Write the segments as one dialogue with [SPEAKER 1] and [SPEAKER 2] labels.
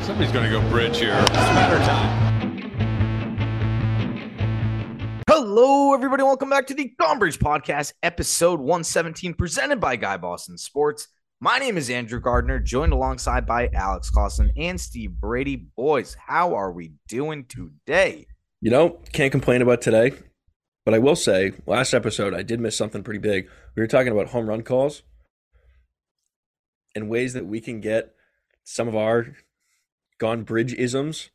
[SPEAKER 1] Somebody's going to go bridge here. Smatter time.
[SPEAKER 2] Hello, everybody. Welcome back to the Gumbridge Podcast, episode 117, presented by Guy Boston Sports. My name is Andrew Gardner, joined alongside by Alex Clausen and Steve Brady. Boys, how are we doing today?
[SPEAKER 3] You know, can't complain about today, but I will say, last episode I did miss something pretty big. We were talking about home run calls and ways that we can get some of our gone bridge isms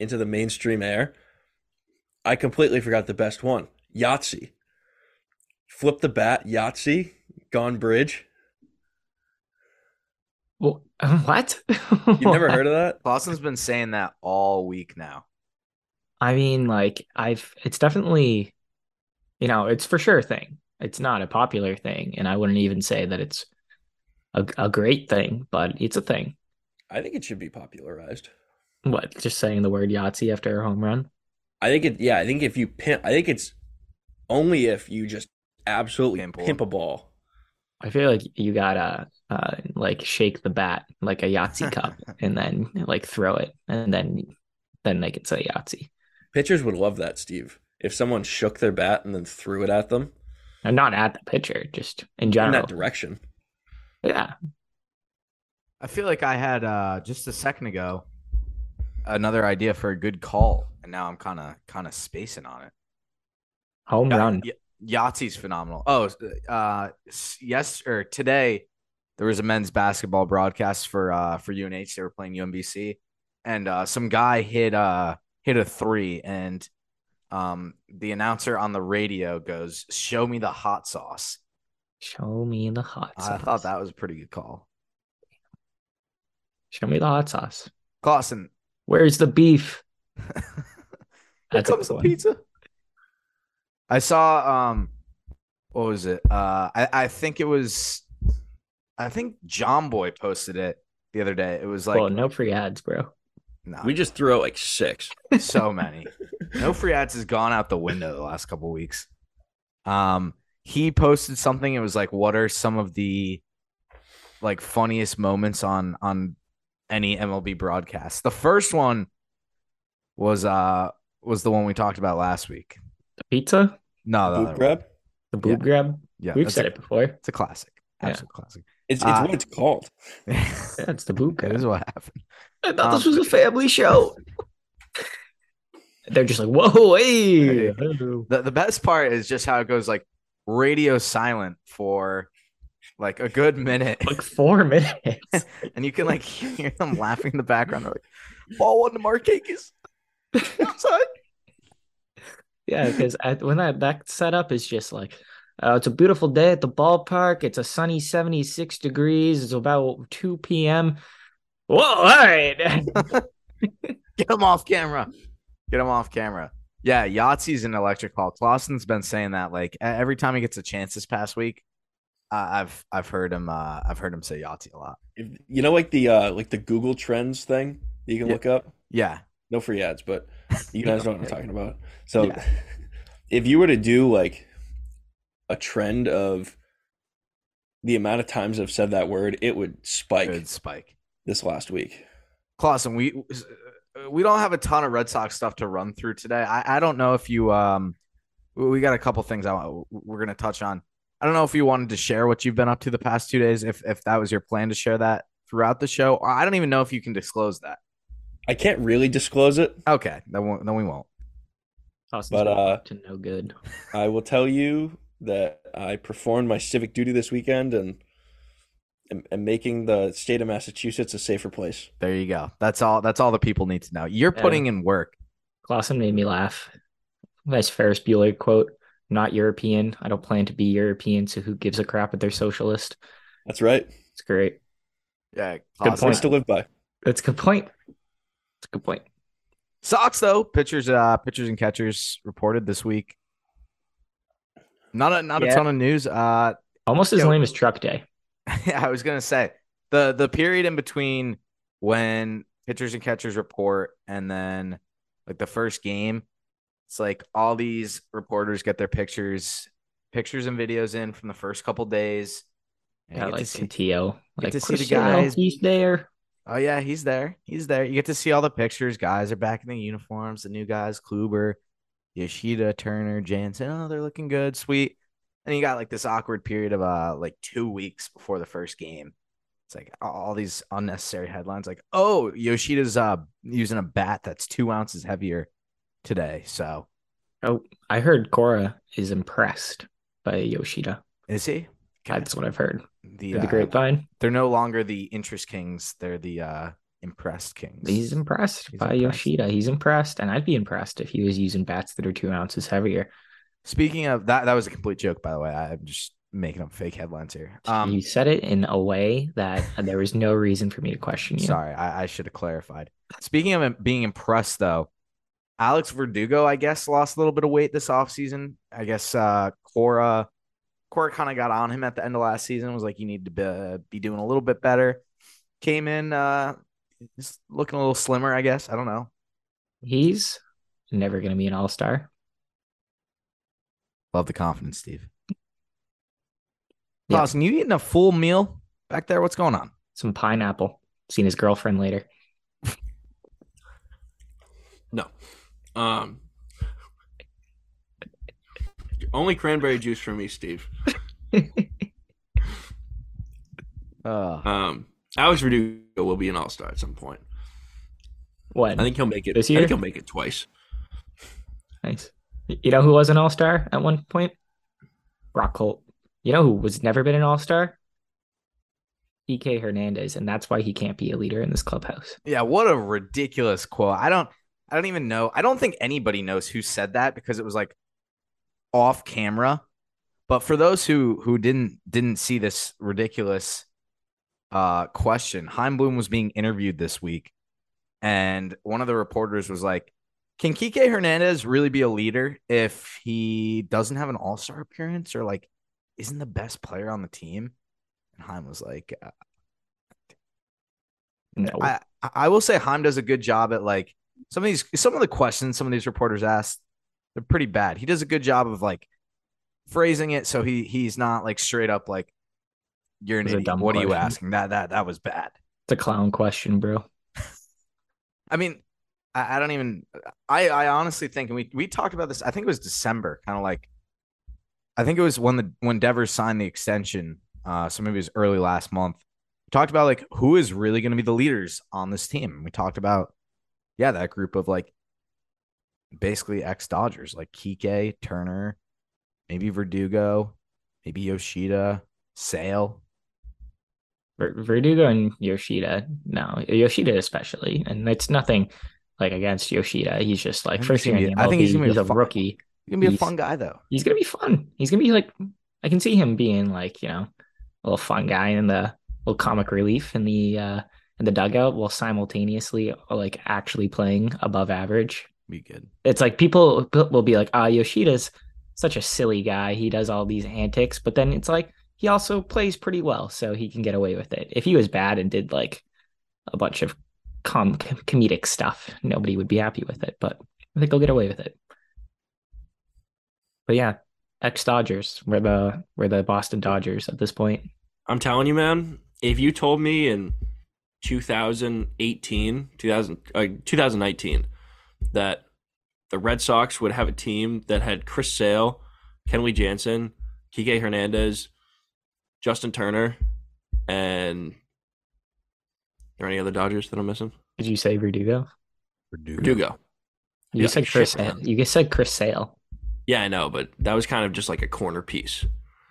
[SPEAKER 3] into the mainstream air. I completely forgot the best one, Yahtzee. Flip the bat, Yahtzee, gone bridge.
[SPEAKER 4] Wha- What?
[SPEAKER 3] You've never heard of that?
[SPEAKER 2] Clausen's been saying that all week now.
[SPEAKER 4] I mean, like, I've, it's definitely, you know, it's for sure a thing. It's not a popular thing. And I wouldn't even say that it's a, a great thing, but it's a thing.
[SPEAKER 3] I think it should be popularized.
[SPEAKER 4] What? Just saying the word Yahtzee after a home run?
[SPEAKER 3] I think it. Yeah, I think if you pimp, I think it's only if you just absolutely
[SPEAKER 2] Pimp
[SPEAKER 3] pimp,
[SPEAKER 2] one.
[SPEAKER 3] a ball.
[SPEAKER 4] I feel like you gotta, uh, like shake the bat like a Yahtzee cup and then like throw it and then, then they can say Yahtzee.
[SPEAKER 3] Pitchers would love that, Steve. If someone shook their bat and then threw it at them
[SPEAKER 4] And not at the pitcher, just in
[SPEAKER 3] in
[SPEAKER 4] general.
[SPEAKER 3] that direction,
[SPEAKER 4] Yeah.
[SPEAKER 2] I feel like I had uh, just a second ago another idea for a good call, and now I'm kind of kind of spacing on it.
[SPEAKER 4] Home
[SPEAKER 2] Yeah,
[SPEAKER 4] run.
[SPEAKER 2] Y- Yahtzee's phenomenal. Oh, uh, s- yes or today there was a men's basketball broadcast for uh for UNH. They were playing UMBC, and uh, some guy hit uh hit a three, and um the announcer on the radio goes, "Show me the hot sauce."
[SPEAKER 4] Show me the hot
[SPEAKER 2] I
[SPEAKER 4] sauce.
[SPEAKER 2] thought that was a pretty good call,
[SPEAKER 4] Show me the hot sauce.
[SPEAKER 2] Clausen.
[SPEAKER 4] Where's the beef?
[SPEAKER 2] Here
[SPEAKER 4] That's a
[SPEAKER 2] comes
[SPEAKER 4] good
[SPEAKER 2] the
[SPEAKER 4] one.
[SPEAKER 2] pizza. I saw um what was it? Uh I, I think it was I think John Boy posted it the other day. It was like
[SPEAKER 4] well, no free ads, bro.
[SPEAKER 2] nah,
[SPEAKER 3] we just threw out like six.
[SPEAKER 2] so many. No free ads has gone out the window the last couple weeks. Um he posted something, it was like, what are some of the like funniest moments on on any MLB broadcast? The first one was uh was the one we talked about last week.
[SPEAKER 4] The pizza,
[SPEAKER 2] No, the
[SPEAKER 3] Boot
[SPEAKER 2] other one.
[SPEAKER 3] grab.
[SPEAKER 4] the boob grab.
[SPEAKER 2] Yeah,
[SPEAKER 4] We've
[SPEAKER 2] that's
[SPEAKER 4] said
[SPEAKER 2] a-
[SPEAKER 4] it before.
[SPEAKER 2] It's a classic.
[SPEAKER 4] Yeah.
[SPEAKER 2] Absolute classic.
[SPEAKER 3] It's, it's
[SPEAKER 2] Uh,
[SPEAKER 3] what it's called.
[SPEAKER 4] Yeah,
[SPEAKER 2] that
[SPEAKER 4] it's the boob grab.
[SPEAKER 2] is what happened.
[SPEAKER 4] I thought this
[SPEAKER 2] um,
[SPEAKER 4] was a family show. They're just like, whoa, hey.
[SPEAKER 2] Hey. The, the best part is just how it goes like radio silent for like a good minute.
[SPEAKER 4] Like four minutes.
[SPEAKER 2] and you can like hear them laughing in the background. They're like, ball one to Marquez. Outside.
[SPEAKER 4] yeah, because when that, that setup is just like, uh, it's a beautiful day at the ballpark. It's a sunny 76 degrees. It's about 2 p.m. Whoa, all right.
[SPEAKER 2] Get them off camera. Get them off camera. Yeah, Yahtzee's an electric call. Clausen's been saying that like e- every time he gets a chance this past week. Uh, I've I've heard him uh, I've heard him say Yahtzee a lot.
[SPEAKER 3] If- you know, like the uh, like the Google Trends thing that you can
[SPEAKER 2] Yeah.
[SPEAKER 3] look up.
[SPEAKER 2] Yeah,
[SPEAKER 3] No free ads, but you guys know what I'm
[SPEAKER 2] Yeah.
[SPEAKER 3] talking about. So,
[SPEAKER 2] Yeah.
[SPEAKER 3] if you were to do like a trend of the amount of times I've said that word, it would spike
[SPEAKER 2] good spike.
[SPEAKER 3] this last week.
[SPEAKER 2] Clausen, we we don't have a ton of Red Sox stuff to run through today. I, I don't know if you um we- we got a couple things I want, we're gonna touch on. I don't know if you wanted to share what you've been up to the past two days, if if that was your plan to share that throughout the show. Or I don't even know if you can disclose that.
[SPEAKER 3] I can't really disclose it.
[SPEAKER 2] Okay, then won't, then we won't.
[SPEAKER 4] Austin's
[SPEAKER 3] But,
[SPEAKER 4] been
[SPEAKER 3] uh,
[SPEAKER 4] up to no good.
[SPEAKER 3] I will tell you that I performed my civic duty this weekend and am, am making the state of Massachusetts a safer place.
[SPEAKER 2] There you go. That's all. That's all the people need to know. You're
[SPEAKER 4] Yeah.
[SPEAKER 2] putting in work.
[SPEAKER 4] Clausen made me laugh. Nice Ferris Bueller quote. Not European. I don't plan to be European, so who gives a crap if they're socialist?
[SPEAKER 3] That's right.
[SPEAKER 4] It's great.
[SPEAKER 2] Yeah,
[SPEAKER 4] Good
[SPEAKER 2] Clausen.
[SPEAKER 3] Points to live by.
[SPEAKER 4] That's a good point. That's a good point.
[SPEAKER 2] Sox though, pitchers, uh, pitchers and catchers reported this week. Not a not a
[SPEAKER 4] Yeah.
[SPEAKER 2] ton of news. Uh,
[SPEAKER 4] Almost as
[SPEAKER 2] Yo.
[SPEAKER 4] lame as Truck Day.
[SPEAKER 2] I was gonna say the the period in between when pitchers and catchers report and then like the first game, it's like all these reporters get their pictures, pictures and videos in from the first couple days. And you
[SPEAKER 4] Yeah,
[SPEAKER 2] get to
[SPEAKER 4] like
[SPEAKER 2] see-
[SPEAKER 4] Cantillo. Like
[SPEAKER 2] to see the
[SPEAKER 4] Cristiano,
[SPEAKER 2] guys.
[SPEAKER 4] He's there.
[SPEAKER 2] Oh yeah, he's there. He's there. You get to see all the pictures. Guys are back in the uniforms. The new guys, Kluber, Yoshida, Turner, Jansen. Oh, they're looking good. Sweet. And you got like this awkward period of uh like two weeks before the first game. It's like all- all these unnecessary headlines. Like, oh, Yoshida's uh using a bat that's two ounces heavier today. So
[SPEAKER 4] I heard Cora is impressed by Yoshida.
[SPEAKER 2] is he?
[SPEAKER 4] That's what I've heard.
[SPEAKER 2] The,
[SPEAKER 4] through The
[SPEAKER 2] uh,
[SPEAKER 4] grapevine.
[SPEAKER 2] They're no longer the interest kings. They're the uh impressed kings.
[SPEAKER 4] He's impressed
[SPEAKER 2] He's
[SPEAKER 4] by
[SPEAKER 2] impressed.
[SPEAKER 4] Yoshida. He's impressed, and I'd be impressed if he was using bats that are two ounces heavier.
[SPEAKER 2] Speaking of that, that was a complete joke, by the way. I'm just making up fake headlines here.
[SPEAKER 4] you
[SPEAKER 2] Um,
[SPEAKER 4] said it in a way that there was no reason for me to question you.
[SPEAKER 2] sorry, I, I should have clarified. Speaking of im- being impressed, though, Alex Verdugo, I guess, lost a little bit of weight this offseason. I guess uh, Cora, Cora kind of got on him at the end of last season. Was like, you need to be, be doing a little bit better. Came in, uh, just looking a little slimmer. I guess I don't know.
[SPEAKER 4] He's never going to be an all star.
[SPEAKER 2] Love the confidence, Steve.
[SPEAKER 4] Yeah.
[SPEAKER 2] Lawson, you eating a full meal back there? What's going on?
[SPEAKER 4] Some pineapple. Seen his girlfriend later.
[SPEAKER 5] No. Um only cranberry juice for me, Steve.
[SPEAKER 2] Uh,
[SPEAKER 5] Um Alex Verdugo will be an all star at some point.
[SPEAKER 4] What?
[SPEAKER 5] I think he'll make it
[SPEAKER 4] This
[SPEAKER 5] I
[SPEAKER 4] year?
[SPEAKER 5] think he'll make it twice.
[SPEAKER 4] Nice. Y- You know who was an all star at one point? Brock Holt. You know who was never been an all star? EK Hernandez, and that's why he can't be a leader in this clubhouse.
[SPEAKER 2] Yeah, what a ridiculous quote. I don't I don't even know. I don't think anybody knows who said that because it was like off camera. But for those who who didn't didn't see this ridiculous uh question, Heimblum was being interviewed this week and one of the reporters was like, "Can Kike Hernandez really be a leader if he doesn't have an All-Star appearance or like isn't the best player on the team?" And Heim was like,
[SPEAKER 4] No.
[SPEAKER 2] I, I I will say Heim does a good job at like some of these some of the questions some of these reporters ask they're pretty bad. He does a good job of like phrasing it so he he's not like straight up like you're an
[SPEAKER 4] It was a
[SPEAKER 2] idiot.
[SPEAKER 4] dumb
[SPEAKER 2] What are you
[SPEAKER 4] question.
[SPEAKER 2] asking? That that that was bad.
[SPEAKER 4] it's a clown question, bro.
[SPEAKER 2] I mean, I, I don't even. I I honestly think and we we talked about this. I think it was December, kind of like. I think it was when the when Devers signed the extension. Uh, so maybe it was early last month. We talked about like who is really going to be the leaders on this team. We talked about yeah that group of like basically ex Dodgers like Kike Turner, maybe Verdugo, maybe Yoshida, Sale.
[SPEAKER 4] Ver- Verdugo and Yoshida. No, Yoshida especially, and it's nothing like against Yoshida. He's just like
[SPEAKER 2] think
[SPEAKER 4] first
[SPEAKER 2] he's
[SPEAKER 4] year.
[SPEAKER 2] gonna
[SPEAKER 4] in
[SPEAKER 2] be-
[SPEAKER 4] the
[SPEAKER 2] I think he's
[SPEAKER 4] MLB,
[SPEAKER 2] gonna be
[SPEAKER 4] he's
[SPEAKER 2] a
[SPEAKER 4] a
[SPEAKER 2] fun-
[SPEAKER 4] rookie.
[SPEAKER 2] He's gonna be a
[SPEAKER 4] He's-
[SPEAKER 2] fun guy though.
[SPEAKER 4] he's gonna be fun. He's gonna be like I can see him being like, you know, a little fun guy in the little comic relief in the uh in the dugout while simultaneously like actually playing above average.
[SPEAKER 2] Be good.
[SPEAKER 4] It's like people will be like, ah, Yoshida's such a silly guy. He does all these antics, but then it's like he also plays pretty well, so he can get away with it. If he was bad and did like a bunch of com- comedic stuff, nobody would be happy with it. But I think he'll get away with it. But yeah, ex Dodgers. We're the we're the Boston Dodgers at this point.
[SPEAKER 5] I'm telling you, man, if you told me in 2018, 2000, uh, 2019 that the Red Sox would have a team that had Chris Sale, Kenley Jansen, Kike Hernandez, Justin Turner, and there any other Dodgers that I'm missing?
[SPEAKER 4] Did you say Verdugo?
[SPEAKER 5] Verdugo.
[SPEAKER 4] You
[SPEAKER 5] Yeah,
[SPEAKER 4] said
[SPEAKER 5] shit,
[SPEAKER 4] Chris.
[SPEAKER 5] man.
[SPEAKER 4] you said Chris Sale
[SPEAKER 5] Yeah, I know, but that was kind of just like a corner piece.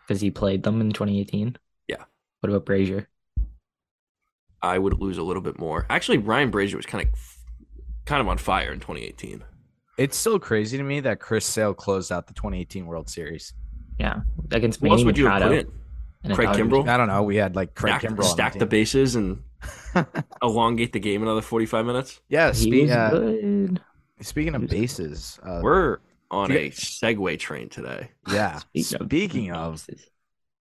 [SPEAKER 4] because he played them in 2018.
[SPEAKER 5] Yeah.
[SPEAKER 4] What about Brazier?
[SPEAKER 5] I would lose a little bit more. Actually, Ryan Brazier was kind of kind of on fire in 2018.
[SPEAKER 2] It's still crazy to me that Chris Sale closed out the 2018 World Series.
[SPEAKER 4] against
[SPEAKER 5] Who else
[SPEAKER 4] Manny
[SPEAKER 5] would you have
[SPEAKER 4] Machado
[SPEAKER 5] put in?
[SPEAKER 4] and a
[SPEAKER 5] Craig
[SPEAKER 4] Dodgers.
[SPEAKER 5] Kimbrell?
[SPEAKER 2] I don't know. We had like Craig
[SPEAKER 5] stack,
[SPEAKER 2] Kimbrell. on
[SPEAKER 5] stack the,
[SPEAKER 2] team.
[SPEAKER 5] bases and elongate the game another 45 minutes.
[SPEAKER 2] Yeah.
[SPEAKER 4] He
[SPEAKER 2] Spe-
[SPEAKER 4] was
[SPEAKER 2] uh,
[SPEAKER 4] good.
[SPEAKER 2] speaking
[SPEAKER 4] He
[SPEAKER 2] of
[SPEAKER 4] was good.
[SPEAKER 2] bases, uh,
[SPEAKER 5] We're on
[SPEAKER 2] Yeah.
[SPEAKER 5] a Segway train today.
[SPEAKER 2] yeah.
[SPEAKER 4] Speaking of-
[SPEAKER 2] Speaking of,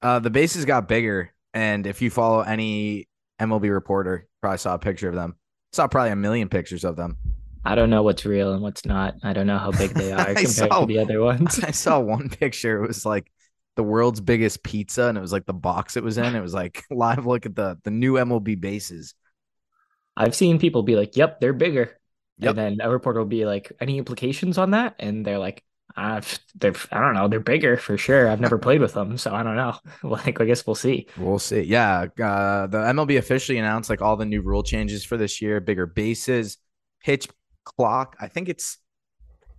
[SPEAKER 2] uh, the bases got bigger, and if you follow any MLB reporter, probably saw a picture of them. Saw probably a million pictures of them.
[SPEAKER 4] I don't know what's real and what's not. I don't know how big they
[SPEAKER 2] I
[SPEAKER 4] are compared
[SPEAKER 2] saw-
[SPEAKER 4] to the other ones.
[SPEAKER 2] I saw one picture. It was like the world's biggest pizza, and it was like the box it was in. It was like live look at the the new MLB bases.
[SPEAKER 4] I've seen people be like, "Yep, they're bigger,"
[SPEAKER 2] Yep.
[SPEAKER 4] and then a reporter will be like, "Any implications on that?" And they're like, "Ah, pff, they're I don't know, they're bigger for sure. I've never played with them, so I don't know. like, I guess we'll see."
[SPEAKER 2] We'll see. Yeah, uh, the MLB officially announced like all the new rule changes for this year: bigger bases, pitch clock. I think it's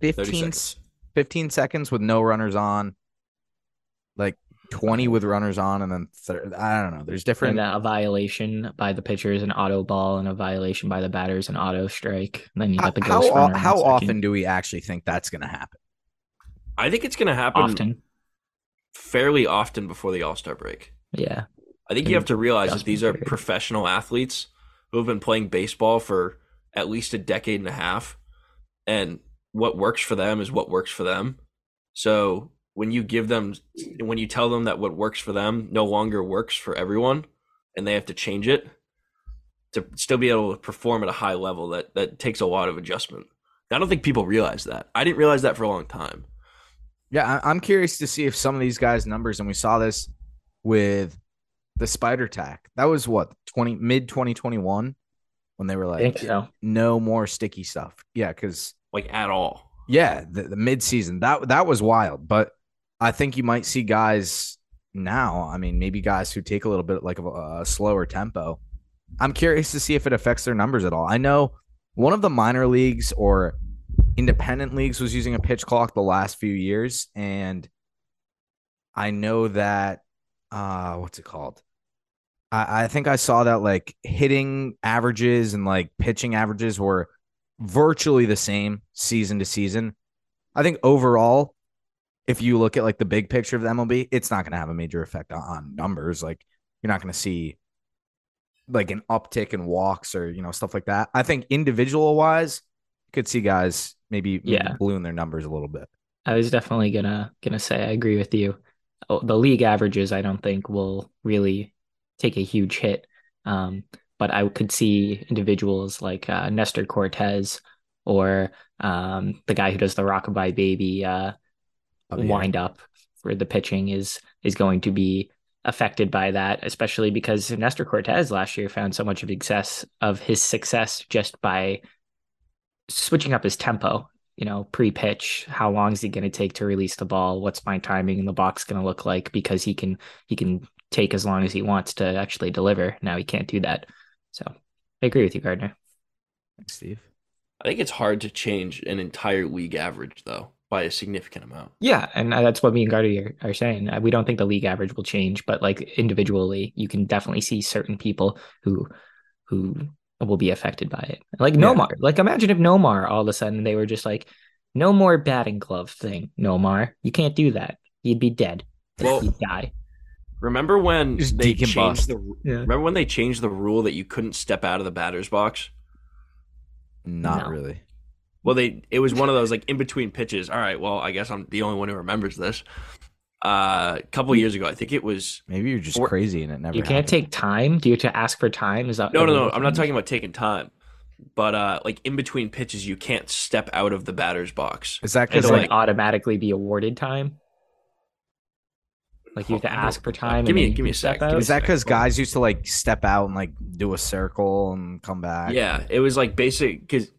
[SPEAKER 3] 30
[SPEAKER 2] 15,
[SPEAKER 3] seconds.
[SPEAKER 2] 15 seconds with no runners on, like twenty with runners on, and then thir- I don't know. There's different.
[SPEAKER 4] And uh, a violation by the pitcher is an auto ball, and a violation by the batter is an auto strike. And then you
[SPEAKER 2] How,
[SPEAKER 4] got the
[SPEAKER 2] how
[SPEAKER 4] ghost
[SPEAKER 2] o-
[SPEAKER 4] runner. in
[SPEAKER 2] how
[SPEAKER 4] second.
[SPEAKER 2] often do we actually think that's going to happen?
[SPEAKER 3] I think it's going to happen
[SPEAKER 4] Often,
[SPEAKER 3] fairly often before the All Star break.
[SPEAKER 4] yeah.
[SPEAKER 3] I think you have to realize
[SPEAKER 4] Just
[SPEAKER 3] that these are
[SPEAKER 4] period.
[SPEAKER 3] professional athletes who have been playing baseball for at least a decade and a half. And what works for them is what works for them. So when you give them, when you tell them that what works for them no longer works for everyone and they have to change it to still be able to perform at a high level, that, that takes a lot of adjustment. I don't think people realize that. I didn't realize that for a long time.
[SPEAKER 2] Yeah, I- I'm curious to see if some of these guys' numbers, and we saw this with the spider tack. That was what twenty mid 2021 when they were
[SPEAKER 4] I
[SPEAKER 2] like,
[SPEAKER 4] think so.
[SPEAKER 2] no more sticky stuff. Yeah, because
[SPEAKER 3] Like at all.
[SPEAKER 2] yeah, the, the mid season that that was wild. But I think you might see guys now. I mean, maybe guys who take a little bit like of a, a slower tempo. I'm curious to see if it affects their numbers at all. I know one of the minor leagues or independent leagues was using a pitch clock the last few years, and I know that uh what's it called? I, I think I saw that like hitting averages and like pitching averages were virtually the same season to season. I think overall, if you look at like the big picture of the MLB, it's not going to have a major effect on, on numbers. Like you're not going to see like an uptick in walks or you know stuff like that. I think individual wise, you could see guys maybe, maybe
[SPEAKER 4] Yeah.
[SPEAKER 2] balloon their numbers a little bit.
[SPEAKER 4] I was definitely gonna gonna say I agree with you. Oh, the league averages I don't think will really take a huge hit, um, but I could see individuals like uh, Nestor Cortez or um, the guy who does the Rockabye Baby uh,
[SPEAKER 2] of the year.
[SPEAKER 4] wind up for the pitching is is going to be affected by that, especially because Nestor Cortez last year found so much of success of his success just by switching up his tempo. You know, pre-pitch, how long is he going to take to release the ball? What's my timing in the box going to look like? Because he can he can take as long as he wants to actually deliver. Now he can't do that. So I agree with you, Gardner.
[SPEAKER 2] Thanks, Steve.
[SPEAKER 3] I think it's hard to change an entire league average, though, by a significant amount.
[SPEAKER 4] Yeah, and uh, that's what me and Gardner are, are saying. Uh, We don't think the league average will change, but like individually, you can definitely see certain people who who will be affected by it. Like
[SPEAKER 2] Yeah.
[SPEAKER 4] Nomar. Like imagine if Nomar all of a sudden they were just like, no more batting glove thing, Nomar. You can't do that. You'd be dead.
[SPEAKER 3] Well-
[SPEAKER 4] You'd die.
[SPEAKER 3] Remember when
[SPEAKER 2] Just
[SPEAKER 3] they
[SPEAKER 2] decombust.
[SPEAKER 3] changed the
[SPEAKER 4] Yeah.
[SPEAKER 3] Remember when they changed the rule that you couldn't step out of the batter's box?
[SPEAKER 2] Not
[SPEAKER 4] No.
[SPEAKER 2] really.
[SPEAKER 3] Well, they it was one of those like in between pitches. All right, well, I guess I'm the only one who remembers this. Uh, a couple years ago, I think it was
[SPEAKER 2] Maybe you're just
[SPEAKER 3] Or-
[SPEAKER 2] crazy and it never.
[SPEAKER 4] You
[SPEAKER 2] happened.
[SPEAKER 4] can't take time. Do you have to ask for time? Is that
[SPEAKER 3] no,
[SPEAKER 4] the
[SPEAKER 3] no, no.
[SPEAKER 4] rule
[SPEAKER 3] I'm not
[SPEAKER 4] change?
[SPEAKER 3] talking about taking time, but uh, like in between pitches, you can't step out of the batter's box.
[SPEAKER 2] Is that because
[SPEAKER 4] Does it
[SPEAKER 3] It's
[SPEAKER 2] like,
[SPEAKER 4] like automatically be awarded time? Like you have to
[SPEAKER 3] I don't-
[SPEAKER 4] ask for time.
[SPEAKER 3] uh, Give
[SPEAKER 4] and
[SPEAKER 3] me-
[SPEAKER 4] then you
[SPEAKER 3] give me
[SPEAKER 4] can
[SPEAKER 3] a
[SPEAKER 4] step
[SPEAKER 3] sec. Give me
[SPEAKER 4] out?
[SPEAKER 3] a
[SPEAKER 2] is that
[SPEAKER 3] sec.
[SPEAKER 2] because guys used to like step out and like do a circle and come back?
[SPEAKER 3] Yeah, it was like basic because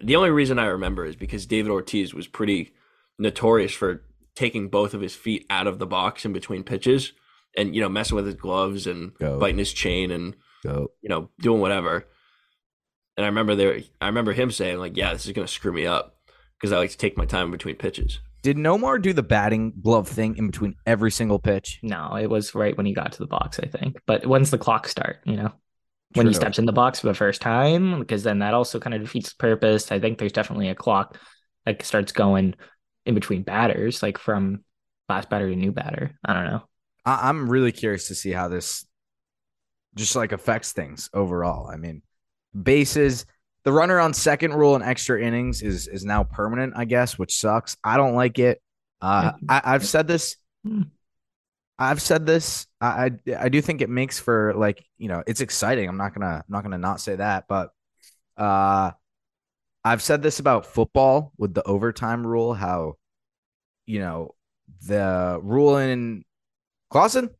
[SPEAKER 3] the only reason I remember is because David Ortiz was pretty notorious for taking both of his feet out of the box in between pitches and you know messing with his gloves and
[SPEAKER 2] Go.
[SPEAKER 3] biting his chain and
[SPEAKER 2] So
[SPEAKER 3] you know doing whatever. And I remember there, I remember him saying like, "Yeah, this is gonna screw me up because I like to take my time in between pitches."
[SPEAKER 2] did Nomar do the batting glove thing in between every single pitch?
[SPEAKER 4] No, it was right when he got to the box, I think. But when's the clock start? You know, when he
[SPEAKER 2] True.
[SPEAKER 4] steps in the box for the first time, because then that also kind of defeats the purpose. I think there's definitely a clock that starts going in between batters, like from last batter to new batter. I don't know.
[SPEAKER 2] I- I'm really curious to see how this just like affects things overall. I mean, bases, the runner on second rule in extra innings is is now permanent, I guess, which sucks. I don't like it. Uh, I, I've said this.
[SPEAKER 4] Hmm.
[SPEAKER 2] I've said this. I, I I do think it makes for like you know it's exciting. I'm not gonna I'm not gonna not say that, but uh, I've said this about football with the overtime rule. How you know the rule in Clausen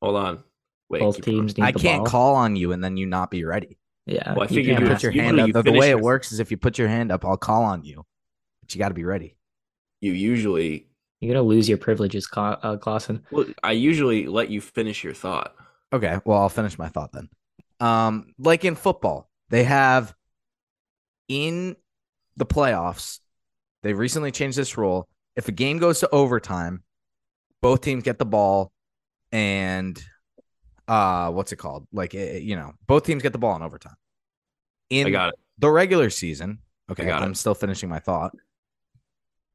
[SPEAKER 3] Hold on, wait,
[SPEAKER 4] Both
[SPEAKER 3] keep going.
[SPEAKER 4] teams need
[SPEAKER 2] I
[SPEAKER 4] the
[SPEAKER 2] can't
[SPEAKER 4] ball.
[SPEAKER 2] call on you and then you not be ready.
[SPEAKER 4] Yeah.
[SPEAKER 3] Well, I
[SPEAKER 4] you
[SPEAKER 3] figured
[SPEAKER 4] can't
[SPEAKER 3] you
[SPEAKER 4] put
[SPEAKER 3] would-
[SPEAKER 4] your
[SPEAKER 3] you
[SPEAKER 4] hand
[SPEAKER 3] know
[SPEAKER 2] up. The, the way
[SPEAKER 3] finish
[SPEAKER 2] it
[SPEAKER 3] with-
[SPEAKER 2] works is if you put your hand up, I'll call on you, but you got to be ready.
[SPEAKER 3] You usually,
[SPEAKER 4] You're gonna lose your privileges, Cla- uh, Clausen.
[SPEAKER 3] well, I usually let you finish your thought.
[SPEAKER 2] Okay, well, I'll finish my thought then. Um, like in football, they have in the playoffs, they recently changed this rule. If a game goes to overtime, both teams get the ball and uh what's it called? Like it, it- you know, both teams get the ball in overtime. In
[SPEAKER 3] I got it.
[SPEAKER 2] the regular season, okay,
[SPEAKER 3] got
[SPEAKER 2] I'm still finishing my thought.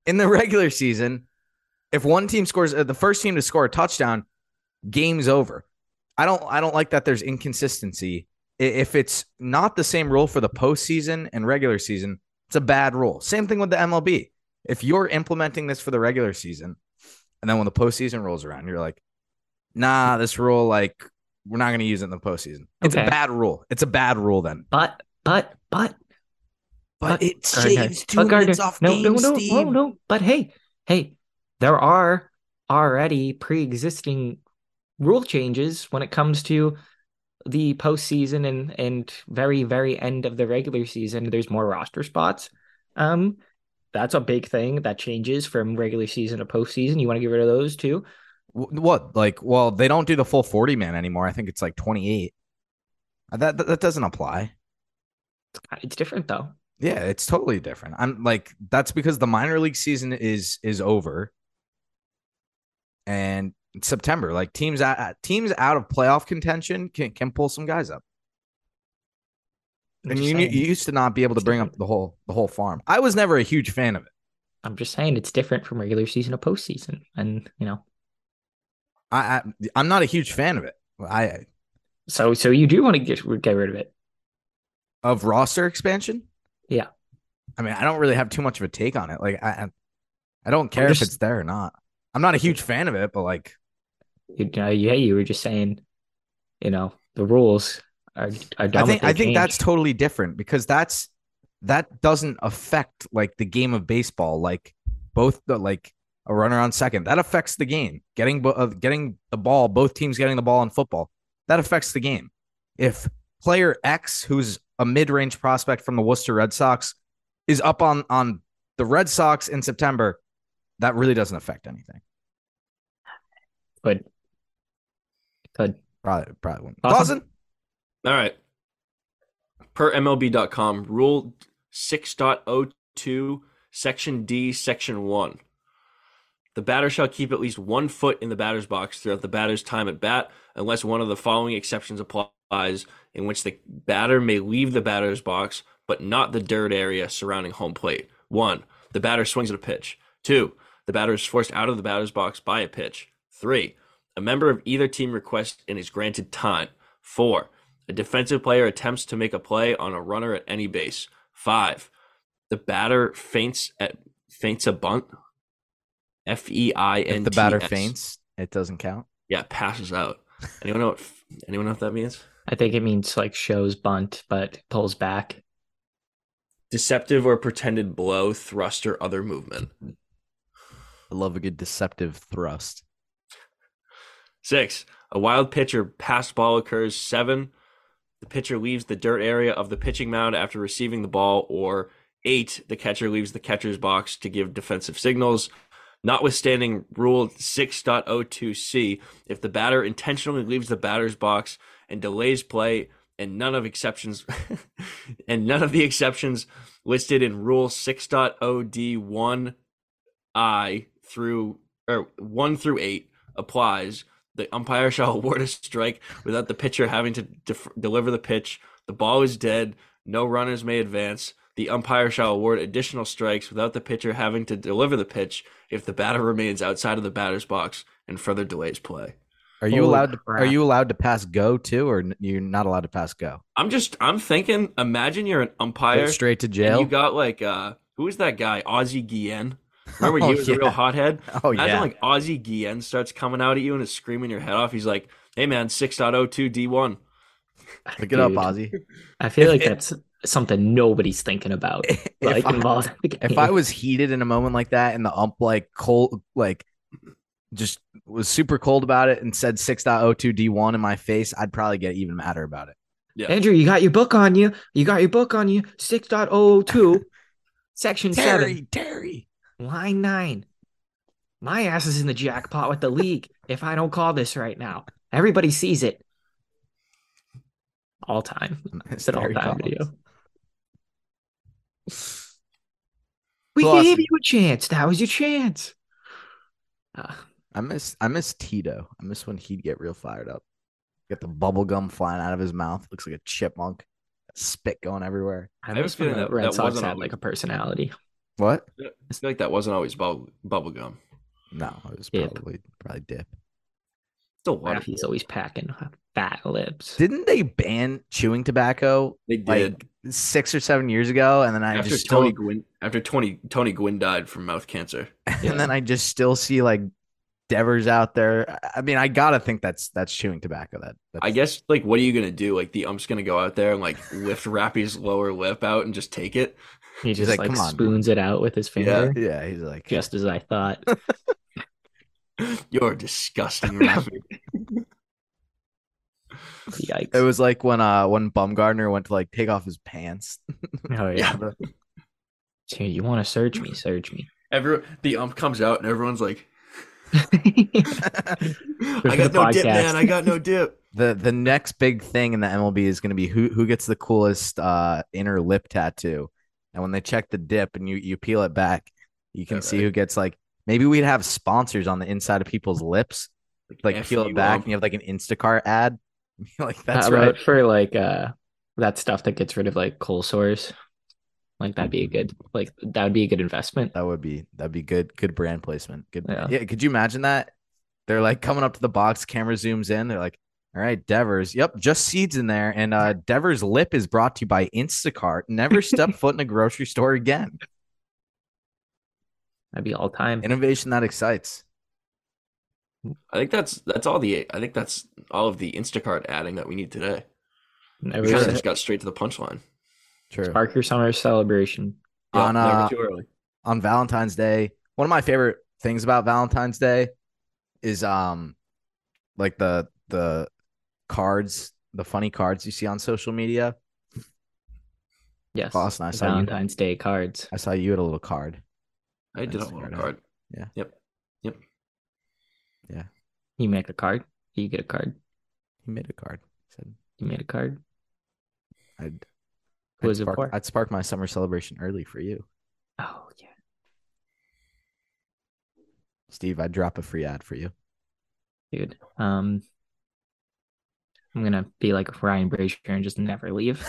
[SPEAKER 2] In the regular season, if one team scores uh, the first team to score a touchdown, game's over. I don't I don't like that there's inconsistency. I- If it's not the same rule for the postseason and regular season, it's a bad rule. Same thing with the MLB. If you're implementing this for the regular season, and then when the postseason rolls around, you're like, nah, this rule, like, we're not going to use it in the postseason. It's a
[SPEAKER 4] Okay.
[SPEAKER 2] bad rule. It's a bad rule then.
[SPEAKER 4] But but but
[SPEAKER 2] But
[SPEAKER 4] But
[SPEAKER 2] it
[SPEAKER 4] Gardner.
[SPEAKER 2] saves two
[SPEAKER 4] but Gardner,
[SPEAKER 2] minutes off
[SPEAKER 4] no,
[SPEAKER 2] game,
[SPEAKER 4] no, no,
[SPEAKER 2] Steve.
[SPEAKER 4] no, no. But hey, hey, there are already pre-existing rule changes when it comes to the postseason and and very very end of the regular season. There's more roster spots. Um, that's a big thing that changes from regular season to postseason. You want to get rid of those too.
[SPEAKER 2] Wh- What? Like, well, they don't do the full 40 man anymore. I think it's like 28. Uh, That, that, that doesn't apply.
[SPEAKER 4] It's different though.
[SPEAKER 2] Yeah, it's totally different. I'm like, that's because the minor league season is is over. And it's September, like teams out teams out of playoff contention can, can pull some guys up.
[SPEAKER 4] I'm
[SPEAKER 2] And
[SPEAKER 4] just
[SPEAKER 2] you,
[SPEAKER 4] saying.
[SPEAKER 2] you used to not be able to
[SPEAKER 4] It's
[SPEAKER 2] bring up
[SPEAKER 4] different.
[SPEAKER 2] the whole the whole farm. I was never a huge fan of it.
[SPEAKER 4] I'm just saying it's different from regular season to postseason, and you know.
[SPEAKER 2] I, I I'm not a huge fan of it. I
[SPEAKER 4] So, so you do want to get get rid of it.
[SPEAKER 2] of roster expansion.
[SPEAKER 4] Yeah.
[SPEAKER 2] I mean, I don't really have too much of a take on it. Like I I, I don't care
[SPEAKER 4] just-
[SPEAKER 2] if it's there or not. I'm not a huge fan of it, but like
[SPEAKER 4] you know, yeah, you were just saying, you know, the rules are are
[SPEAKER 2] I
[SPEAKER 4] done.
[SPEAKER 2] think I think that's totally different because that's that doesn't affect like the game of baseball. Like both the like a runner on second that affects the game. Getting bo- uh, getting the ball, both teams getting the ball in football that affects the game. If player X, who's a mid range prospect from the Worcester Red Sox, is up on on the Red Sox in September, that really doesn't affect anything.
[SPEAKER 4] good. Good.
[SPEAKER 2] Probably probably wouldn't.
[SPEAKER 4] Awesome.
[SPEAKER 2] Dawson,
[SPEAKER 3] All right. Per MLB.com, Rule 6.02, Section D, Section 1. The batter shall keep at least one foot in the batter's box throughout the batter's time at bat, unless one of the following exceptions applies, in which the batter may leave the batter's box, but not the dirt area surrounding home plate. One, the batter swings at a pitch. Two, the batter is forced out of the batter's box by a pitch. Three, a member of either team requests and is granted time. Four, a defensive player attempts to make a play on a runner at any base. Five, the batter faints at faints a bunt. F E I N T S.
[SPEAKER 2] if the batter faints, it doesn't count.
[SPEAKER 3] Yeah, passes out. Anyone know what? f- Anyone know what that means?
[SPEAKER 4] I think it means like shows bunt, but pulls back.
[SPEAKER 3] Deceptive or pretended blow, thrust, or other movement.
[SPEAKER 2] I love a good deceptive thrust.
[SPEAKER 3] Six, a wild pitch or pass ball occurs. Seven, the pitcher leaves the dirt area of the pitching mound after receiving the ball. Or eight, the catcher leaves the catcher's box to give defensive signals. Notwithstanding Rule 6.02c, if the batter intentionally leaves the batter's box and delays play, and none of exceptions, and none of the exceptions listed in Rule 6.0d1i through or one through eight applies, the umpire shall award a strike without the pitcher having to def- deliver the pitch. The ball is dead. No runners may advance. The umpire shall award additional strikes without the pitcher having to deliver the pitch if the batter remains outside of the batter's box and further delays play.
[SPEAKER 2] Are you
[SPEAKER 4] Holy
[SPEAKER 2] allowed? To, are
[SPEAKER 4] crap.
[SPEAKER 2] you allowed to pass go too, or n- you're not allowed to pass go?
[SPEAKER 3] I'm just, I'm thinking, imagine you're an
[SPEAKER 2] Go
[SPEAKER 3] umpire
[SPEAKER 2] straight to
[SPEAKER 3] and
[SPEAKER 2] jail.
[SPEAKER 3] you got like, uh, who is that guy? Ozzie Guillen. Remember,
[SPEAKER 2] Oh,
[SPEAKER 3] he was a real
[SPEAKER 2] yeah.
[SPEAKER 3] hothead.
[SPEAKER 2] oh
[SPEAKER 3] Imagine
[SPEAKER 2] yeah,
[SPEAKER 3] like Ozzy Guillen starts coming out at you and is screaming your head off. He's like, "Hey man, 6.02 D1."
[SPEAKER 2] look it up,
[SPEAKER 4] Dude,
[SPEAKER 2] Ozzy.
[SPEAKER 4] I feel
[SPEAKER 2] If
[SPEAKER 4] like
[SPEAKER 2] it-
[SPEAKER 4] that's something nobody's thinking about. Like
[SPEAKER 2] if, I,
[SPEAKER 4] involved. in the
[SPEAKER 2] if
[SPEAKER 4] game.
[SPEAKER 2] I was heated in a moment like that, and the ump like cold, like just oh was super cold about it, and said 6.02 D1 in my face, I'd probably get even madder about it.
[SPEAKER 3] Yeah.
[SPEAKER 4] Andrew, you got your book on you. You got your book on you. 6.002, section 7,
[SPEAKER 2] Terry.
[SPEAKER 4] line 9. My ass is in the jackpot with the league if I don't call this right now. Everybody sees it. All time. It's an all
[SPEAKER 2] Terry
[SPEAKER 4] time
[SPEAKER 2] Collins.
[SPEAKER 4] video. We
[SPEAKER 2] Who else
[SPEAKER 4] gave
[SPEAKER 2] is-
[SPEAKER 4] you a chance. That was your chance. Ah.
[SPEAKER 2] I miss I miss Tito. I miss when he'd get real fired up. Get the bubble gum flying out of his mouth. Looks like a chipmunk. Spit going everywhere.
[SPEAKER 4] I,
[SPEAKER 3] have a
[SPEAKER 4] miss when
[SPEAKER 3] feeling
[SPEAKER 4] the
[SPEAKER 3] that-
[SPEAKER 4] Red
[SPEAKER 3] that
[SPEAKER 4] Sox
[SPEAKER 3] wasn't
[SPEAKER 4] had
[SPEAKER 3] all-
[SPEAKER 4] like a personality.
[SPEAKER 2] What?
[SPEAKER 3] I feel like that wasn't always bubble, bubble gum.
[SPEAKER 2] No, it was
[SPEAKER 4] Dip.
[SPEAKER 2] probably probably dip.
[SPEAKER 3] Still water.
[SPEAKER 4] He's always packing fat lips.
[SPEAKER 2] Didn't they ban chewing tobacco
[SPEAKER 3] They
[SPEAKER 2] like
[SPEAKER 3] did
[SPEAKER 2] six or seven years ago? And then I
[SPEAKER 3] after
[SPEAKER 2] just still,
[SPEAKER 3] Tony Gwynn. After Tony Tony Gwynn died from mouth cancer.
[SPEAKER 4] Yeah.
[SPEAKER 2] and then I just still see like Devers out there. I- I mean, I gotta think that's that's chewing tobacco. That that's,
[SPEAKER 3] I guess like what are you gonna do? Like the ump's gonna go out there and like lift Rappy's lower lip out and just take it.
[SPEAKER 4] He just
[SPEAKER 2] like,
[SPEAKER 4] like,
[SPEAKER 2] "Come on,
[SPEAKER 4] spoons it out with his finger,
[SPEAKER 2] Yeah, he's like
[SPEAKER 4] just as I thought.
[SPEAKER 3] You're disgusting, Rappy.
[SPEAKER 4] Yikes!
[SPEAKER 2] It was like when uh when Bumgarner went to like take off his pants.
[SPEAKER 4] oh yeah.
[SPEAKER 3] yeah.
[SPEAKER 4] Dude, you want to search me? Search me.
[SPEAKER 3] Every the ump comes out and everyone's like,
[SPEAKER 4] for
[SPEAKER 3] I got
[SPEAKER 4] the
[SPEAKER 3] no dip,
[SPEAKER 4] podcast.
[SPEAKER 3] man. I got no dip.
[SPEAKER 2] the the next big thing in the MLB is going to be who who gets the coolest uh inner lip tattoo. And when they check the dip and you you peel it back, you can
[SPEAKER 3] Yeah,
[SPEAKER 2] see
[SPEAKER 3] right.
[SPEAKER 2] who gets like maybe we'd have sponsors on the inside of people's lips, like
[SPEAKER 3] F
[SPEAKER 2] peel
[SPEAKER 3] you,
[SPEAKER 2] it back
[SPEAKER 3] ump.
[SPEAKER 2] and you have like an Instacart ad. like that's
[SPEAKER 4] That's
[SPEAKER 2] right.
[SPEAKER 4] right for like uh that stuff that gets rid of like coal sores. Like that'd be a good like that would be a good investment.
[SPEAKER 2] That would be that'd be good good brand placement. Good
[SPEAKER 4] Yeah.
[SPEAKER 2] yeah. could you imagine that? They're like coming up to the box, camera zooms in, they're like, All right, Devers. Yep, just seeds in there. And uh Devers lip is brought to you by Instacart. Never step foot in a grocery store again.
[SPEAKER 4] That'd be all time.
[SPEAKER 2] Innovation that excites.
[SPEAKER 3] I think that's that's all the I think that's all of the Instacart adding that we need today.
[SPEAKER 4] Never
[SPEAKER 3] We kind of
[SPEAKER 4] said-
[SPEAKER 3] just got straight to the punchline.
[SPEAKER 2] True.
[SPEAKER 4] Park your summer celebration.
[SPEAKER 3] Yeah,
[SPEAKER 2] On, uh,
[SPEAKER 3] never too early.
[SPEAKER 2] on Valentine's Day. One of my favorite things about Valentine's Day is um like the the cards, the funny cards you see on social media.
[SPEAKER 4] Yes.
[SPEAKER 2] Boston, I saw you.
[SPEAKER 4] Valentine's Day cards.
[SPEAKER 2] I saw you had a little card.
[SPEAKER 3] I did a
[SPEAKER 2] Instacart
[SPEAKER 3] little
[SPEAKER 2] ad.
[SPEAKER 3] card.
[SPEAKER 4] You make a card. You get a card.
[SPEAKER 2] He made a card. He said
[SPEAKER 4] You made a card.
[SPEAKER 2] I'd
[SPEAKER 4] Who
[SPEAKER 2] I'd
[SPEAKER 4] is it
[SPEAKER 2] spark,
[SPEAKER 4] for?
[SPEAKER 2] I'd spark my summer celebration early for you,
[SPEAKER 4] Oh yeah.
[SPEAKER 2] Steve. I'd drop a free ad for you.
[SPEAKER 4] dude. Um, I'm gonna be like Ryan Brazier and just never leave.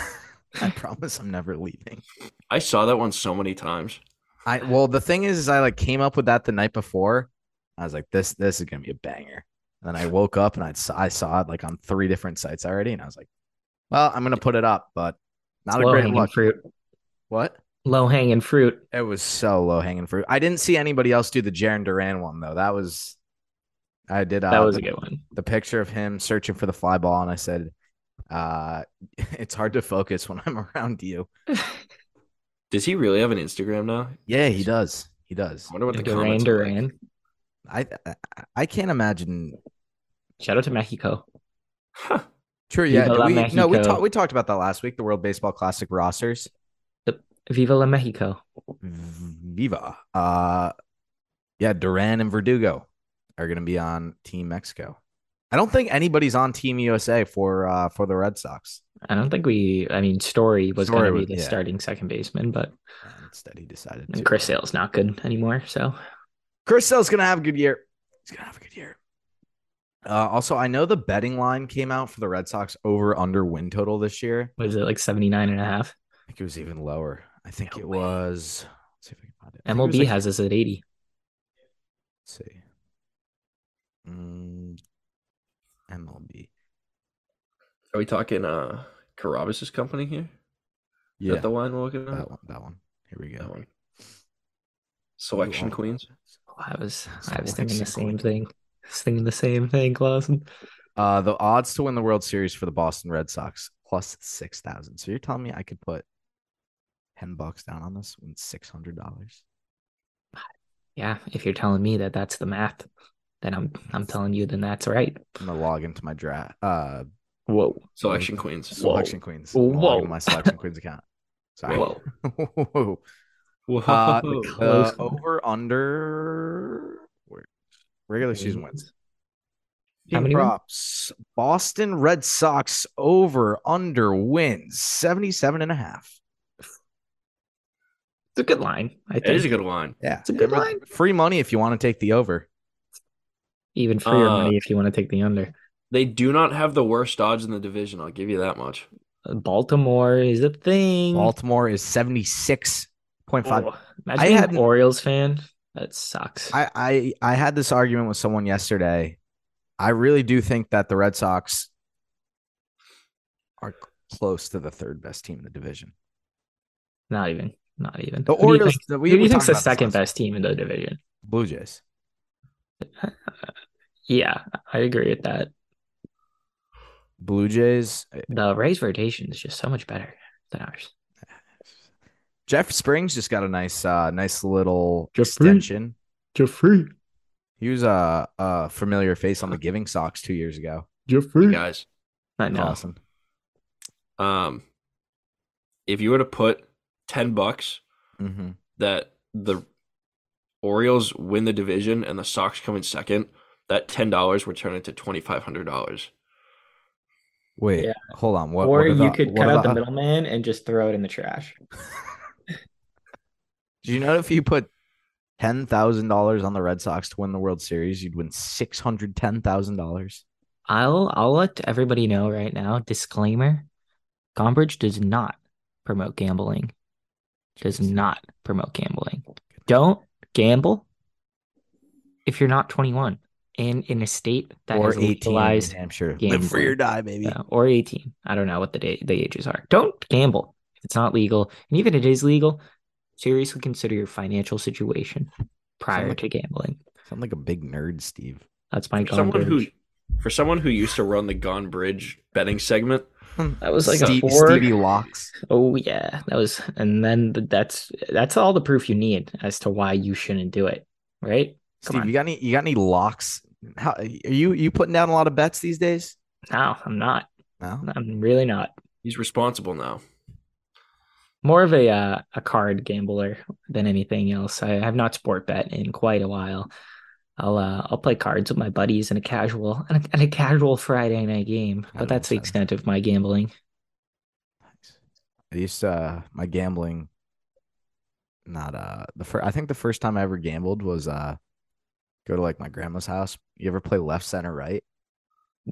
[SPEAKER 2] I promise I'm never leaving.
[SPEAKER 3] I saw that one so many times.
[SPEAKER 2] I well, the thing is, is I like came up with that the night before. I was like, this this is gonna be a banger. And then I woke up and I saw I saw it like on three different sites already, and I was like, well, I'm gonna put it up, but not a
[SPEAKER 4] Low
[SPEAKER 2] great
[SPEAKER 4] hanging
[SPEAKER 2] look.
[SPEAKER 4] fruit.
[SPEAKER 2] What?
[SPEAKER 4] Low hanging fruit.
[SPEAKER 2] It was so low hanging fruit. I didn't see anybody else do the Jaron Duran one though. That was I did. Uh,
[SPEAKER 4] That was
[SPEAKER 2] the-
[SPEAKER 4] a good one.
[SPEAKER 2] the picture of him searching for the fly ball, and I said, uh, "It's hard to focus when I'm around you."
[SPEAKER 3] Does he really have an Instagram now?
[SPEAKER 2] Yeah, he does. He does.
[SPEAKER 3] I wonder what the
[SPEAKER 4] Duran
[SPEAKER 3] comments are like.
[SPEAKER 4] Duran.
[SPEAKER 2] I I, I can't imagine.
[SPEAKER 4] Shout out to Mexico.
[SPEAKER 3] Huh.
[SPEAKER 2] Sure. Yeah.
[SPEAKER 4] Viva la
[SPEAKER 2] we, no, we
[SPEAKER 4] Mexico.
[SPEAKER 2] talked. We talked about that last week. The World Baseball Classic rosters.
[SPEAKER 4] Viva la Mexico.
[SPEAKER 2] Viva. Uh, yeah. Duran and Verdugo are going to be on Team Mexico. I don't think anybody's on Team USA for uh, for the Red Sox.
[SPEAKER 4] I don't think we. I mean, Story was
[SPEAKER 2] Story
[SPEAKER 4] going to
[SPEAKER 2] was-
[SPEAKER 4] be the
[SPEAKER 2] yeah.
[SPEAKER 4] starting second baseman, but
[SPEAKER 2] And instead, he decided.
[SPEAKER 4] and
[SPEAKER 2] to-
[SPEAKER 4] Chris Sale's not good anymore. So
[SPEAKER 2] Chris Sale's gonna have a good year. He's gonna have a good year. Uh, also, I know the betting line came out for the Red Sox over under win total this year.
[SPEAKER 4] was it like 79 and a half?
[SPEAKER 2] I think it was even lower. I think
[SPEAKER 4] No
[SPEAKER 2] it
[SPEAKER 4] way.
[SPEAKER 2] was. Let's see if I can find it. I think it was
[SPEAKER 4] MLB
[SPEAKER 2] like-
[SPEAKER 4] has us at 80.
[SPEAKER 2] Let's see. Mm, MLB.
[SPEAKER 3] Are we talking uh Carabas's company here? Is
[SPEAKER 2] Yeah,
[SPEAKER 3] that the line we're looking at?
[SPEAKER 2] that one. That one. Here we go.
[SPEAKER 3] That one. Selection
[SPEAKER 2] Ooh,
[SPEAKER 3] Queens.
[SPEAKER 4] Oh, I was
[SPEAKER 2] So
[SPEAKER 4] I was thinking the
[SPEAKER 2] Mexico.
[SPEAKER 4] same thing. I was thinking the same thing, Clausen.
[SPEAKER 2] Uh, the odds to win the World Series for the Boston Red Sox plus six thousand. So you're telling me I could put ten bucks down on this? Win six hundred dollars.
[SPEAKER 4] Yeah, if you're telling me that that's the math, then I'm I'm telling you then that's right.
[SPEAKER 2] I'm gonna log into my draft uh
[SPEAKER 4] Whoa.
[SPEAKER 3] Selection Queens.
[SPEAKER 4] Whoa.
[SPEAKER 2] Selection Queens.
[SPEAKER 4] Whoa.
[SPEAKER 2] Whoa. My Selection Queens account. Sorry.
[SPEAKER 4] Whoa.
[SPEAKER 2] Whoa.
[SPEAKER 3] Whoa.
[SPEAKER 2] Uh, the
[SPEAKER 4] Close one.
[SPEAKER 2] over under where- regular season wins.
[SPEAKER 4] How
[SPEAKER 2] Team
[SPEAKER 4] many wins?
[SPEAKER 2] props. Boston Red Sox over under wins 77 and a half.
[SPEAKER 4] It's a good line. I think
[SPEAKER 3] That is a good line.
[SPEAKER 2] Yeah.
[SPEAKER 4] It's a good line.
[SPEAKER 2] Free money if you want to take the over.
[SPEAKER 4] even for your
[SPEAKER 3] Uh,
[SPEAKER 4] money if you want to take the under.
[SPEAKER 3] They do not have the worst odds in the division. I'll give you that much.
[SPEAKER 4] Uh, Baltimore is a thing.
[SPEAKER 2] Baltimore is 76.5.
[SPEAKER 4] Oh, imagine
[SPEAKER 2] I
[SPEAKER 4] being
[SPEAKER 2] hadn't-
[SPEAKER 4] an Orioles fan. That sucks.
[SPEAKER 2] I, I I had this argument with someone yesterday. I really do think that the Red Sox are close to the third best team in the division.
[SPEAKER 4] not even. Not even.
[SPEAKER 2] The
[SPEAKER 4] Who do you
[SPEAKER 2] Orioles.
[SPEAKER 4] think-
[SPEAKER 2] the-
[SPEAKER 4] Who
[SPEAKER 2] we,
[SPEAKER 4] do
[SPEAKER 2] we
[SPEAKER 4] you
[SPEAKER 2] talked
[SPEAKER 4] think's the
[SPEAKER 2] about this
[SPEAKER 4] second
[SPEAKER 2] last-
[SPEAKER 4] best team in the division?
[SPEAKER 2] Blue Jays.
[SPEAKER 4] Yeah, I agree with that.
[SPEAKER 2] Blue Jays.
[SPEAKER 4] The Rays rotation is just so much better than ours.
[SPEAKER 2] Jeff Springs just got a nice, uh, nice little
[SPEAKER 4] Jeff Springs.
[SPEAKER 2] extension.
[SPEAKER 4] Jeffrey,
[SPEAKER 2] He was a, a familiar face on the Giving Sox two years ago.
[SPEAKER 4] Jeffrey.
[SPEAKER 3] Guys,
[SPEAKER 4] I know.
[SPEAKER 2] Awesome.
[SPEAKER 3] um, if you were to put 10 bucks
[SPEAKER 2] hmm
[SPEAKER 3] that the Orioles win the division and the Sox come in second, that $10 would turn into $2,500.
[SPEAKER 2] Wait,
[SPEAKER 4] Yeah.
[SPEAKER 2] hold on. What?
[SPEAKER 4] or
[SPEAKER 2] what are
[SPEAKER 4] you
[SPEAKER 2] the-
[SPEAKER 4] could
[SPEAKER 2] what
[SPEAKER 4] cut
[SPEAKER 2] are
[SPEAKER 4] out the middleman and just throw it in the trash.
[SPEAKER 2] Do you know if you put ten thousand dollars on the Red Sox to win the World Series, you'd win six hundred ten thousand dollars?
[SPEAKER 4] I'll I'll let everybody know right now. Disclaimer: Gombridge does not promote gambling. Does not promote gambling. Don't gamble if you're not 21 and in a state that
[SPEAKER 2] Or
[SPEAKER 4] has
[SPEAKER 2] eighteen
[SPEAKER 4] legalized
[SPEAKER 2] in Hampshire.
[SPEAKER 4] gambling.
[SPEAKER 2] Live free or die, baby.
[SPEAKER 4] uh, or 18. I don't know what the da- the ages are. Don't gamble if it's not legal, and even if it is legal, seriously consider your financial situation prior
[SPEAKER 2] like-
[SPEAKER 4] to gambling.
[SPEAKER 2] Sound like a big nerd, Steve.
[SPEAKER 4] That's my
[SPEAKER 3] For someone who,
[SPEAKER 4] Gombridge.
[SPEAKER 3] for someone who used to run the Gone Bridge betting segment,
[SPEAKER 4] That was like
[SPEAKER 2] Steve-
[SPEAKER 4] a four.
[SPEAKER 2] Stevie Locks.
[SPEAKER 4] Oh yeah, that was, and then th- that's that's all the proof you need as to why you shouldn't do it, right? Come
[SPEAKER 2] Steve,
[SPEAKER 4] on.
[SPEAKER 2] you got any? You got any locks? How are you? You putting down a lot of bets these days?
[SPEAKER 4] No, I'm not.
[SPEAKER 2] No.
[SPEAKER 4] I'm really not.
[SPEAKER 3] he's responsible now.
[SPEAKER 4] More of a uh, a card gambler than anything else. I have not sport bet in quite a while. I'll uh, I'll play cards with my buddies in a casual in a, in a casual Friday night game,
[SPEAKER 2] Casual
[SPEAKER 4] but that's the
[SPEAKER 2] Friday.
[SPEAKER 4] extent of my gambling.
[SPEAKER 2] I used to uh, my gambling. Not uh the first. I think the first time I ever gambled was uh go to like my grandma's house. You ever play left center right?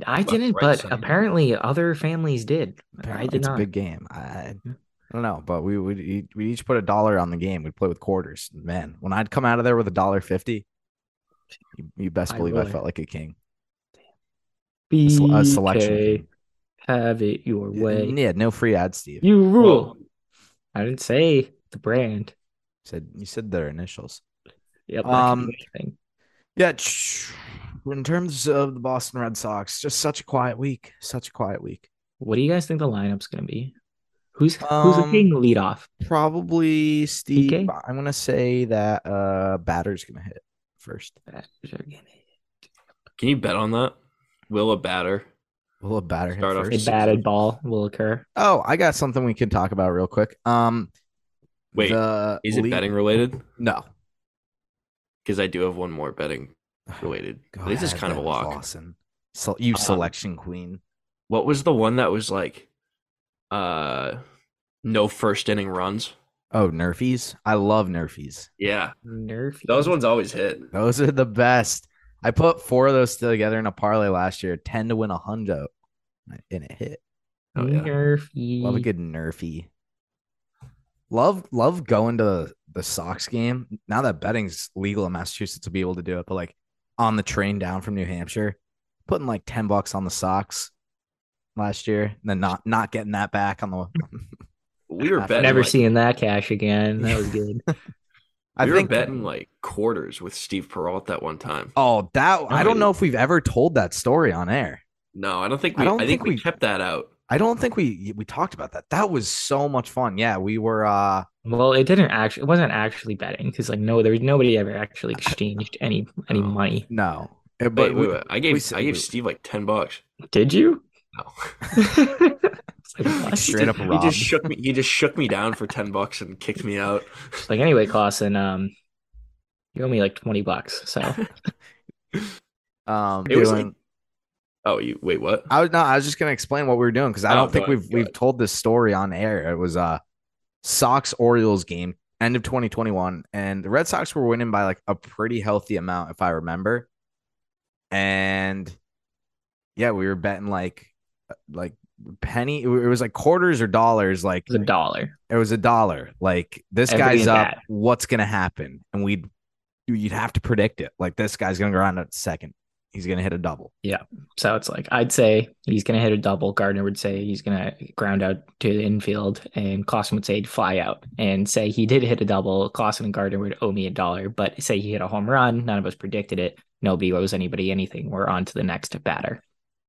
[SPEAKER 4] I
[SPEAKER 3] Left,
[SPEAKER 4] didn't,
[SPEAKER 3] right,
[SPEAKER 4] but
[SPEAKER 3] center.
[SPEAKER 4] apparently other families did. I
[SPEAKER 2] Apparently
[SPEAKER 4] did
[SPEAKER 2] it's
[SPEAKER 4] not.
[SPEAKER 2] a big game. I, I don't know, but we would e- we each put a dollar on the game. We'd play with quarters. Man, when I'd come out of there with a dollar fifty, you, you best
[SPEAKER 4] My
[SPEAKER 2] believe I
[SPEAKER 4] lord.
[SPEAKER 2] felt like a king. A, sel- a
[SPEAKER 4] BK,
[SPEAKER 2] selection. king.
[SPEAKER 4] have it your way.
[SPEAKER 2] Yeah, no free ads, Steve.
[SPEAKER 4] You rule.
[SPEAKER 3] Well-
[SPEAKER 4] I didn't say the brand.
[SPEAKER 2] said you said their initials.
[SPEAKER 4] Yep.
[SPEAKER 2] Um, Yeah. tch- In terms of the Boston Red Sox, just such a quiet week. Such a quiet week.
[SPEAKER 4] What do you guys think the lineup's gonna be? Who's who's the
[SPEAKER 2] Um,
[SPEAKER 4] king lead off?
[SPEAKER 2] Probably Steve.
[SPEAKER 4] PK?
[SPEAKER 2] I'm gonna say that uh batter's gonna hit first.
[SPEAKER 3] Can you bet on that? Will a batter?
[SPEAKER 2] Will a batter hit
[SPEAKER 3] Start off
[SPEAKER 2] first?
[SPEAKER 4] A batted ball will occur.
[SPEAKER 2] Oh, I got something we can talk about real quick. Um,
[SPEAKER 3] Wait,
[SPEAKER 2] the
[SPEAKER 3] Is it
[SPEAKER 2] league-
[SPEAKER 3] betting related?
[SPEAKER 2] No,
[SPEAKER 3] Because I do have one more betting related.
[SPEAKER 2] Go
[SPEAKER 3] This is
[SPEAKER 2] ahead,
[SPEAKER 3] kind of a
[SPEAKER 2] Ben
[SPEAKER 3] lock.
[SPEAKER 2] Clausen. So you
[SPEAKER 3] Um,
[SPEAKER 2] selection queen.
[SPEAKER 3] What was the one that was like, uh, no first inning runs?
[SPEAKER 2] Oh, Nerfies. I love Nerfies.
[SPEAKER 3] Yeah,
[SPEAKER 4] Nerf.
[SPEAKER 3] those ones always hit.
[SPEAKER 2] Those are the best. I put four of those together in a parlay last year, ten to win a hundo, and it hit.
[SPEAKER 3] Oh, yeah.
[SPEAKER 4] Nerfy.
[SPEAKER 2] Love a good Nerfie. Love love going to the Sox game. Now that betting's legal in Massachusetts to be able to do it, but like on the train down from New Hampshire, putting like ten bucks on the Sox last year, and then not not getting that back on the.
[SPEAKER 3] We were
[SPEAKER 2] I've
[SPEAKER 3] betting.
[SPEAKER 4] Never
[SPEAKER 3] like,
[SPEAKER 4] seeing that cash again. That was good.
[SPEAKER 2] I
[SPEAKER 3] we
[SPEAKER 2] think
[SPEAKER 3] were betting like quarters with Steve Peralt that one time.
[SPEAKER 2] Oh, that I don't
[SPEAKER 3] Nice.
[SPEAKER 2] know if we've ever told that story on air.
[SPEAKER 3] No, I don't think
[SPEAKER 2] I
[SPEAKER 3] we. I,
[SPEAKER 2] don't
[SPEAKER 3] think,
[SPEAKER 2] think
[SPEAKER 3] we,
[SPEAKER 2] we-
[SPEAKER 3] kept that out.
[SPEAKER 2] I don't think we we talked about that. That was so much fun. Yeah, we were. uh
[SPEAKER 4] well, it didn't actually. It wasn't actually betting because like no, there was nobody ever actually exchanged any any
[SPEAKER 3] No.
[SPEAKER 4] money.
[SPEAKER 2] No, Uh,
[SPEAKER 3] But
[SPEAKER 2] but we,
[SPEAKER 3] I gave
[SPEAKER 2] we said
[SPEAKER 3] I gave
[SPEAKER 2] we-
[SPEAKER 3] Steve like ten bucks.
[SPEAKER 4] Did you?
[SPEAKER 3] No.
[SPEAKER 4] It's like, what?
[SPEAKER 2] Straight up
[SPEAKER 3] He
[SPEAKER 2] robbed.
[SPEAKER 3] just shook me. He just shook me down for ten bucks and kicked me out.
[SPEAKER 4] It's like anyway, Clausen, um, you owe me like twenty bucks. So
[SPEAKER 2] um,
[SPEAKER 3] It was like-
[SPEAKER 2] doing-
[SPEAKER 3] Oh, you wait. What?
[SPEAKER 2] I was no, I was just gonna explain what we were doing because I
[SPEAKER 3] Oh,
[SPEAKER 2] don't
[SPEAKER 3] go
[SPEAKER 2] think
[SPEAKER 3] ahead,
[SPEAKER 2] we've
[SPEAKER 3] go
[SPEAKER 2] we've told this story on air. It was uh Sox Orioles game, end of 2021, and the Red Sox were winning by like a pretty healthy amount, if I remember. And yeah, we were betting like like penny. It was like quarters or dollars. Like
[SPEAKER 4] it's a dollar.
[SPEAKER 2] it was a dollar. Like this
[SPEAKER 4] Every
[SPEAKER 2] guy's
[SPEAKER 4] at
[SPEAKER 2] up.
[SPEAKER 4] bat.
[SPEAKER 2] What's gonna happen? And we'd you'd have to predict it. Like this guy's gonna go around at second. He's gonna hit a double.
[SPEAKER 4] So it's like I'd say he's gonna hit a double. Gardner would say he's gonna ground out to the infield, and Clausen would say he'd fly out and say he did hit a double. Clausen and Gardner would owe me a dollar, but say he hit a home run. None of us predicted it. Nobody owes anybody anything. We're on to the next batter.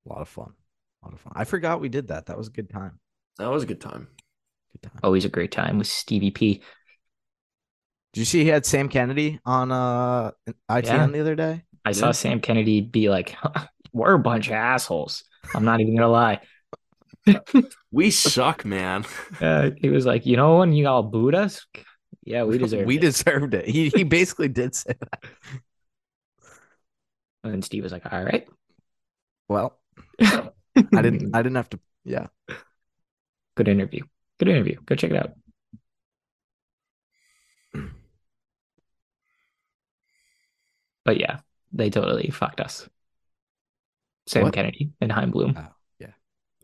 [SPEAKER 2] A lot of fun. A lot of fun. I forgot we did that. That was a good time.
[SPEAKER 3] That was a good time.
[SPEAKER 2] Good time.
[SPEAKER 3] Oh.
[SPEAKER 4] Always a great time with Stevie P.
[SPEAKER 2] Did you see he had Sam Kennedy on uh ITN
[SPEAKER 4] Yeah.
[SPEAKER 2] the other day?
[SPEAKER 4] I saw Sam Kennedy be like, "We're a bunch of assholes." I'm not even gonna lie.
[SPEAKER 3] We suck, man.
[SPEAKER 4] Uh, he was like, you know, when you all booed us, yeah, we deserve.
[SPEAKER 2] we
[SPEAKER 4] it.
[SPEAKER 2] deserved it. He he basically did say that.
[SPEAKER 4] And then Steve was like, all right. Mm-hmm.
[SPEAKER 2] Well, I didn't I didn't have to yeah.
[SPEAKER 4] Good interview. Good interview. Go check it out. But yeah, they totally fucked us. Sam
[SPEAKER 2] What?
[SPEAKER 4] Kennedy and Heim Bloom.
[SPEAKER 2] Oh, yeah.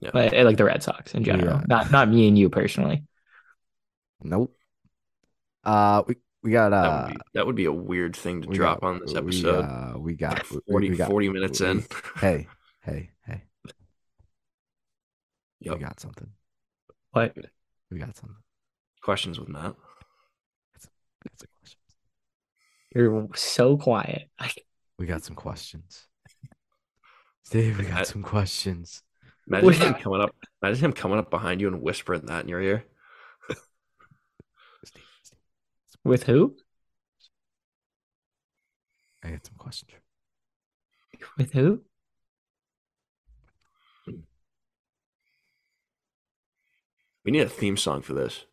[SPEAKER 3] Yeah.
[SPEAKER 4] But and, like the Red Sox in general,
[SPEAKER 2] Yeah.
[SPEAKER 4] not not me and you personally.
[SPEAKER 2] Nope. Uh we we got
[SPEAKER 3] That
[SPEAKER 2] uh
[SPEAKER 3] would be, that would be a weird thing to
[SPEAKER 2] we
[SPEAKER 3] drop
[SPEAKER 2] got-
[SPEAKER 3] on this
[SPEAKER 2] we,
[SPEAKER 3] episode.
[SPEAKER 2] uh, we got we-
[SPEAKER 3] 40,
[SPEAKER 2] we got
[SPEAKER 3] 40 minutes
[SPEAKER 2] we-
[SPEAKER 3] in.
[SPEAKER 2] Hey, hey, hey.
[SPEAKER 3] Yep.
[SPEAKER 2] We got something.
[SPEAKER 4] But
[SPEAKER 2] We got something.
[SPEAKER 3] Questions with Matt.
[SPEAKER 2] We got some questions.
[SPEAKER 4] you're so quiet.
[SPEAKER 2] We got some questions. Steve, we
[SPEAKER 3] I-
[SPEAKER 2] got some questions.
[SPEAKER 3] Imagine
[SPEAKER 4] Wait.
[SPEAKER 3] him coming up. Imagine him coming up behind you and whispering that in your ear.
[SPEAKER 2] Steve, Steve,
[SPEAKER 4] With who?
[SPEAKER 2] I got some questions.
[SPEAKER 4] With who?
[SPEAKER 3] We need a theme song for this.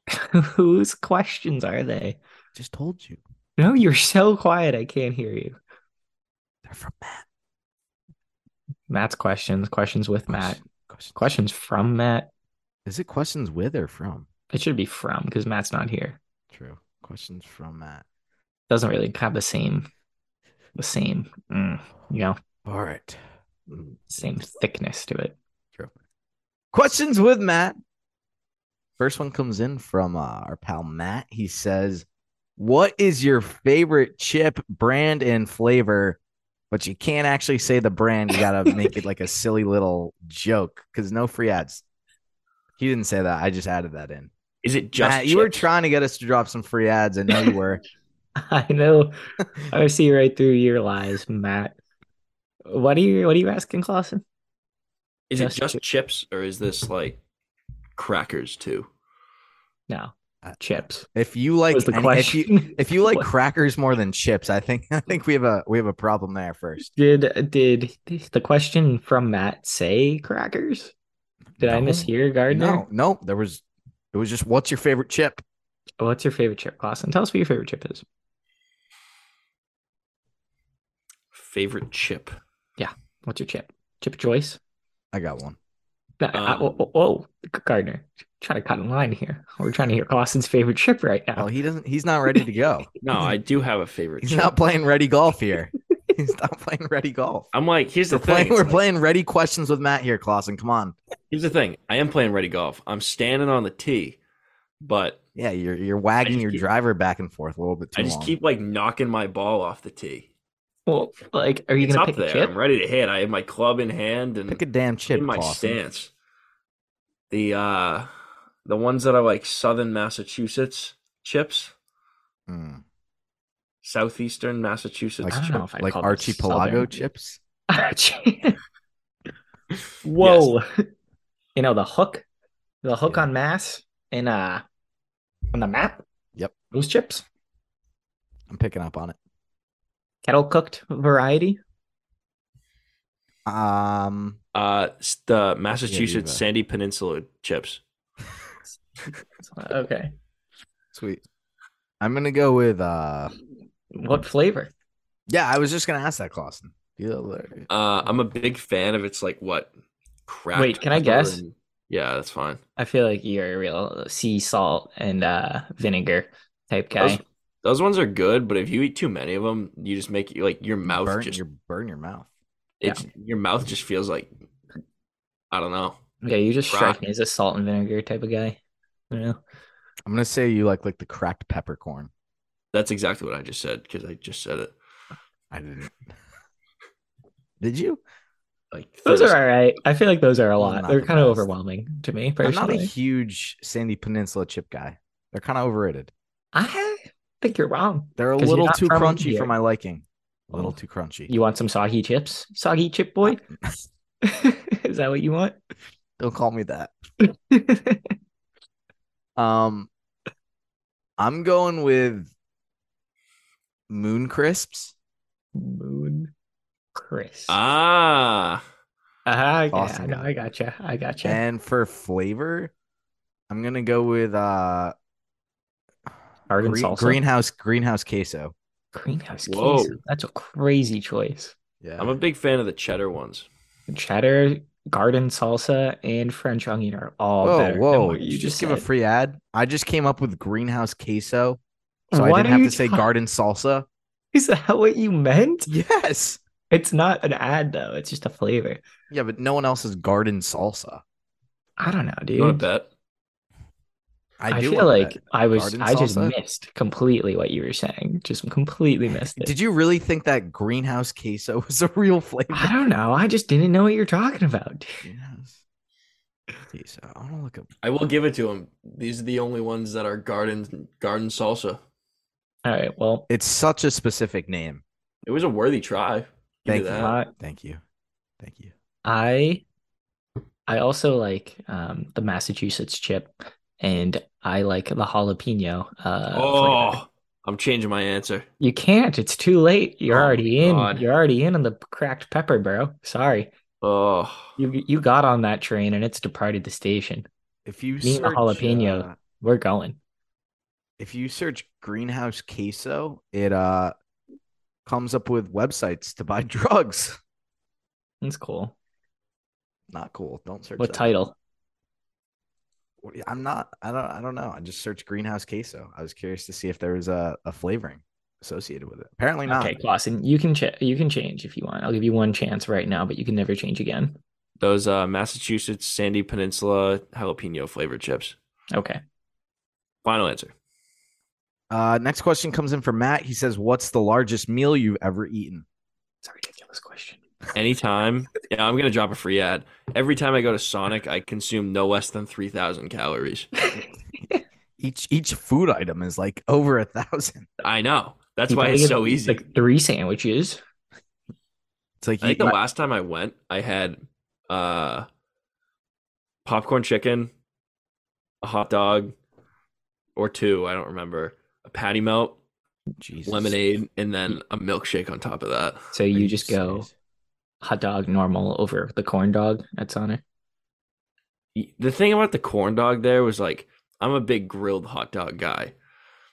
[SPEAKER 4] Whose questions are they?
[SPEAKER 2] Just told you.
[SPEAKER 4] No, you're so quiet. I can't hear you.
[SPEAKER 2] They're from Matt.
[SPEAKER 4] Matt's questions, questions with Matt,
[SPEAKER 2] Question- Questions.
[SPEAKER 4] questions from Matt.
[SPEAKER 2] Is it questions with or from?
[SPEAKER 4] It should be from because Matt's not here.
[SPEAKER 2] True. Questions from Matt.
[SPEAKER 4] Doesn't really have the same, the same, mm, you know,
[SPEAKER 2] All right. Mm.
[SPEAKER 4] same thickness to it.
[SPEAKER 2] True. Questions with Matt. First one comes in from uh, our pal Matt. He says, "What is your favorite chip brand and flavor?" But you can't actually say the brand. You gotta make it like a silly little joke because no free ads. He didn't say that. I just added that in.
[SPEAKER 3] Is it just
[SPEAKER 2] Matt, you were
[SPEAKER 3] chips?
[SPEAKER 2] trying to get us to drop some free ads. I know you were.
[SPEAKER 4] I know. I see right through your lies, Matt. What are you? What are you asking, Clausen?
[SPEAKER 3] Is
[SPEAKER 4] just
[SPEAKER 3] it just chips or is this like crackers too?
[SPEAKER 4] No,
[SPEAKER 2] Uh,
[SPEAKER 4] chips.
[SPEAKER 2] If you like,
[SPEAKER 4] was the
[SPEAKER 2] any- if you
[SPEAKER 4] question?
[SPEAKER 2] if you like
[SPEAKER 4] What?
[SPEAKER 2] crackers more than chips, I think I think we have a we have a problem there first.
[SPEAKER 4] Did did the question from Matt say crackers? Did I
[SPEAKER 2] No.
[SPEAKER 4] mishear Gardner?
[SPEAKER 2] No, no, there was it was just what's your favorite chip?
[SPEAKER 4] What's your favorite chip, Clausen? Tell us what your favorite chip is.
[SPEAKER 3] Favorite chip.
[SPEAKER 4] What's your chip? Chip of choice?
[SPEAKER 2] I got one.
[SPEAKER 4] No, I-
[SPEAKER 3] Um,
[SPEAKER 4] whoa, whoa, whoa, Gardner, trying to cut in line here. We're trying to hear Clausen's favorite chip right now.
[SPEAKER 2] Well, he doesn't. He's not ready to go.
[SPEAKER 3] No, I do have a favorite
[SPEAKER 2] He's
[SPEAKER 3] chip.
[SPEAKER 2] not playing ready golf here. He's not playing ready golf.
[SPEAKER 3] I'm like, here's the
[SPEAKER 2] We're playing.
[SPEAKER 3] thing. It's
[SPEAKER 2] We're
[SPEAKER 3] like-
[SPEAKER 2] playing ready questions with Matt here, Clausen. Come on.
[SPEAKER 3] Here's the thing. I am playing ready golf. I'm standing on the tee, but
[SPEAKER 2] Yeah, you're you're wagging
[SPEAKER 3] just
[SPEAKER 2] your
[SPEAKER 3] keep-
[SPEAKER 2] driver back and forth a little bit too
[SPEAKER 3] I just
[SPEAKER 2] long.
[SPEAKER 3] keep like knocking my ball off the tee.
[SPEAKER 4] well, like, are you
[SPEAKER 3] It's
[SPEAKER 4] going to
[SPEAKER 3] up
[SPEAKER 4] pick
[SPEAKER 3] there.
[SPEAKER 4] a chip?
[SPEAKER 3] I'm ready to hit. I have my club in hand and
[SPEAKER 2] pick a damn chip,
[SPEAKER 3] in my
[SPEAKER 2] Clausen.
[SPEAKER 3] stance. The uh the ones that are like southern Massachusetts chips,
[SPEAKER 2] Mm,
[SPEAKER 3] southeastern Massachusetts
[SPEAKER 2] Like,
[SPEAKER 4] I don't
[SPEAKER 3] chips.
[SPEAKER 4] know if I
[SPEAKER 2] like
[SPEAKER 4] call this
[SPEAKER 2] archipelago
[SPEAKER 4] southern.
[SPEAKER 2] chips.
[SPEAKER 4] Whoa! You know the hook, the hook
[SPEAKER 2] Yeah.
[SPEAKER 4] on mass and uh on the map.
[SPEAKER 2] Yep.
[SPEAKER 4] those chips,
[SPEAKER 2] I'm picking up on it.
[SPEAKER 4] kettle cooked variety.
[SPEAKER 2] Um,
[SPEAKER 3] Uh, s- the Massachusetts
[SPEAKER 2] bet.
[SPEAKER 3] Sandy Peninsula chips.
[SPEAKER 4] Okay.
[SPEAKER 2] sweet. I'm gonna go with. uh
[SPEAKER 4] What flavor?
[SPEAKER 2] Yeah, I was just gonna ask that, Clausen. You know, like-
[SPEAKER 3] Uh, I'm a big fan of it's like what? Cracked
[SPEAKER 4] Wait, can I
[SPEAKER 3] pepper
[SPEAKER 4] guess?
[SPEAKER 3] and- yeah, that's fine.
[SPEAKER 4] I feel like you're a real sea salt and uh, vinegar type guy.
[SPEAKER 3] Those, those ones are good, but if you eat too many of them, you just make like your mouth
[SPEAKER 2] burn,
[SPEAKER 3] just
[SPEAKER 2] your burn your mouth.
[SPEAKER 3] it's your mouth just feels like I don't know.
[SPEAKER 4] Yeah, you just strike
[SPEAKER 3] rotten.
[SPEAKER 4] me as a salt and vinegar type of guy. You know?
[SPEAKER 2] I'm gonna say you like like the cracked peppercorn.
[SPEAKER 3] That's exactly what I just said because I just said it
[SPEAKER 2] I didn't. Did you?
[SPEAKER 3] like
[SPEAKER 4] Those
[SPEAKER 3] 30
[SPEAKER 4] are all right. I feel like those are a
[SPEAKER 2] I'm
[SPEAKER 4] lot.
[SPEAKER 2] not
[SPEAKER 4] They're kind of
[SPEAKER 2] impressed.
[SPEAKER 4] overwhelming to me
[SPEAKER 2] I'm not a
[SPEAKER 4] personally.
[SPEAKER 2] huge Sandy Peninsula chip guy. They're kind of overrated.
[SPEAKER 4] I think you're wrong.
[SPEAKER 2] They're a
[SPEAKER 4] 'Cause you're
[SPEAKER 2] little
[SPEAKER 4] not
[SPEAKER 2] too
[SPEAKER 4] from
[SPEAKER 2] crunchy
[SPEAKER 4] here.
[SPEAKER 2] for my liking. A little
[SPEAKER 4] Well,
[SPEAKER 2] too crunchy.
[SPEAKER 4] You want some soggy chips? Soggy chip boy? Is that what you want?
[SPEAKER 2] Don't call me that. Um, I'm going with moon crisps.
[SPEAKER 4] Moon Chris.
[SPEAKER 3] Ah,
[SPEAKER 4] uh, yeah,
[SPEAKER 2] Awesome.
[SPEAKER 4] no, I gotcha. I gotcha.
[SPEAKER 2] And for flavor, I'm gonna go with uh
[SPEAKER 4] Hard and
[SPEAKER 2] green-
[SPEAKER 4] salsa.
[SPEAKER 2] greenhouse greenhouse queso.
[SPEAKER 4] Greenhouse
[SPEAKER 3] Whoa.
[SPEAKER 4] queso. That's a crazy choice.
[SPEAKER 2] Yeah,
[SPEAKER 3] I'm a big fan of the cheddar ones.
[SPEAKER 4] Cheddar, garden salsa, and French onion are all
[SPEAKER 2] whoa,
[SPEAKER 4] better. than
[SPEAKER 2] whoa!
[SPEAKER 4] what
[SPEAKER 2] You, just, give a
[SPEAKER 4] said.
[SPEAKER 2] free ad. I just came up with greenhouse queso, so I
[SPEAKER 4] What
[SPEAKER 2] didn't
[SPEAKER 4] are
[SPEAKER 2] have to
[SPEAKER 4] you
[SPEAKER 2] say
[SPEAKER 4] talking-
[SPEAKER 2] garden salsa.
[SPEAKER 4] Is that what you meant?
[SPEAKER 2] Yes.
[SPEAKER 4] It's not an ad though. It's just a flavor.
[SPEAKER 2] Yeah, but no one else is garden salsa.
[SPEAKER 4] I don't know, dude.
[SPEAKER 3] You want to bet?
[SPEAKER 4] I,
[SPEAKER 2] I, do
[SPEAKER 4] feel
[SPEAKER 2] wanna
[SPEAKER 4] like
[SPEAKER 2] bet.
[SPEAKER 4] I was.
[SPEAKER 2] Garden
[SPEAKER 4] I just
[SPEAKER 2] salsa?
[SPEAKER 4] missed completely what you were saying. Just completely missed it.
[SPEAKER 2] Did you really think that greenhouse queso was a real flavor?
[SPEAKER 4] I don't know. I just didn't know what you're talking about. dude.
[SPEAKER 2] Greenhouse queso. I want to look up.
[SPEAKER 3] I will give it to him. These are the only ones that are garden garden salsa.
[SPEAKER 4] All right. Well,
[SPEAKER 2] It's such a specific name.
[SPEAKER 3] It was a worthy try. Give me
[SPEAKER 2] Thank you.
[SPEAKER 3] that.
[SPEAKER 4] I,
[SPEAKER 2] Thank you. Thank you.
[SPEAKER 4] I, I also like um, the Massachusetts chip, and I like the jalapeno. Uh,
[SPEAKER 3] oh,
[SPEAKER 4] flavor.
[SPEAKER 3] I'm changing my answer.
[SPEAKER 4] you can't. It's too late. You're
[SPEAKER 3] Oh my
[SPEAKER 4] already in.
[SPEAKER 3] God.
[SPEAKER 4] You're already in on the cracked pepper, bro. Sorry.
[SPEAKER 3] Oh,
[SPEAKER 4] You you got on that train and it's departed the station.
[SPEAKER 2] If you
[SPEAKER 4] Me
[SPEAKER 2] search,
[SPEAKER 4] and the jalapeno.
[SPEAKER 2] uh,
[SPEAKER 4] We're going.
[SPEAKER 2] if you search greenhouse queso, it uh comes up with websites to buy drugs.
[SPEAKER 4] That's cool.
[SPEAKER 2] Not cool. Don't search.
[SPEAKER 4] What
[SPEAKER 2] that.
[SPEAKER 4] title?
[SPEAKER 2] I'm not. I don't. I don't know. I just searched greenhouse queso. I was curious to see if there was a, a flavoring associated with it. Apparently not.
[SPEAKER 4] Okay, Clausen, you can ch- you can change if you want. I'll give you one chance right now, but you can never change again.
[SPEAKER 3] those uh, Massachusetts Sandy Peninsula jalapeno flavored chips.
[SPEAKER 4] Okay.
[SPEAKER 3] Final answer.
[SPEAKER 2] Uh, next question comes in from Matt. He says, "What's the largest meal you've ever eaten?"
[SPEAKER 4] It's a ridiculous question.
[SPEAKER 3] Anytime. yeah, I'm gonna drop a free ad. Every time I go to Sonic, I consume no less than three thousand calories.
[SPEAKER 2] Each each food item is like over a thousand.
[SPEAKER 3] I know. That's
[SPEAKER 4] You
[SPEAKER 3] why
[SPEAKER 4] gotta
[SPEAKER 3] it's
[SPEAKER 4] get
[SPEAKER 3] so
[SPEAKER 4] at least,
[SPEAKER 3] easy.
[SPEAKER 4] Like three sandwiches.
[SPEAKER 2] It's like
[SPEAKER 3] I
[SPEAKER 2] you,
[SPEAKER 3] think the last time I went, I had uh popcorn chicken, a hot dog, or two, I don't remember, a patty melt,
[SPEAKER 2] Jesus.
[SPEAKER 3] lemonade, and then a milkshake on top of that.
[SPEAKER 4] So
[SPEAKER 2] Are
[SPEAKER 4] you just go
[SPEAKER 2] serious?
[SPEAKER 4] hot dog normal over the corn dog that's on it.
[SPEAKER 3] The thing about the corn dog there was like I'm a big grilled hot dog guy,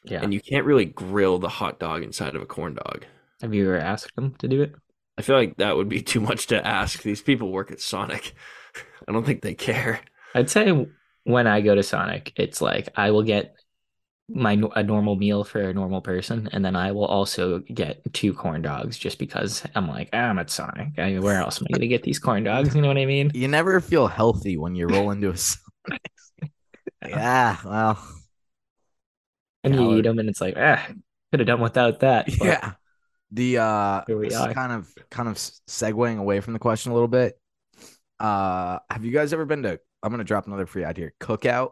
[SPEAKER 4] Yeah.
[SPEAKER 3] and you can't really grill the hot dog inside of a corn dog.
[SPEAKER 4] Have you ever asked them to do it?
[SPEAKER 3] I feel like that would be too much to ask. These people work at Sonic. I don't think they care.
[SPEAKER 4] I'd say when I go to Sonic, it's like I will get my n- a normal meal for a normal person, and then I will also get two corn dogs just because I'm like "Ah, I'm at Sonic. I mean, where else am I gonna get these corn dogs? You know what I mean?
[SPEAKER 2] You never feel healthy when you roll into a. Sonic. yeah. Well.
[SPEAKER 4] And you
[SPEAKER 2] Calorie.
[SPEAKER 4] eat them, and it's like ah, could have done without that. but
[SPEAKER 2] Yeah. The uh
[SPEAKER 4] Here we
[SPEAKER 2] this is
[SPEAKER 4] are.
[SPEAKER 2] kind of kind of s- segueing away from the question a little bit. Uh have you guys ever been to I'm gonna drop another free ad here. Cookout.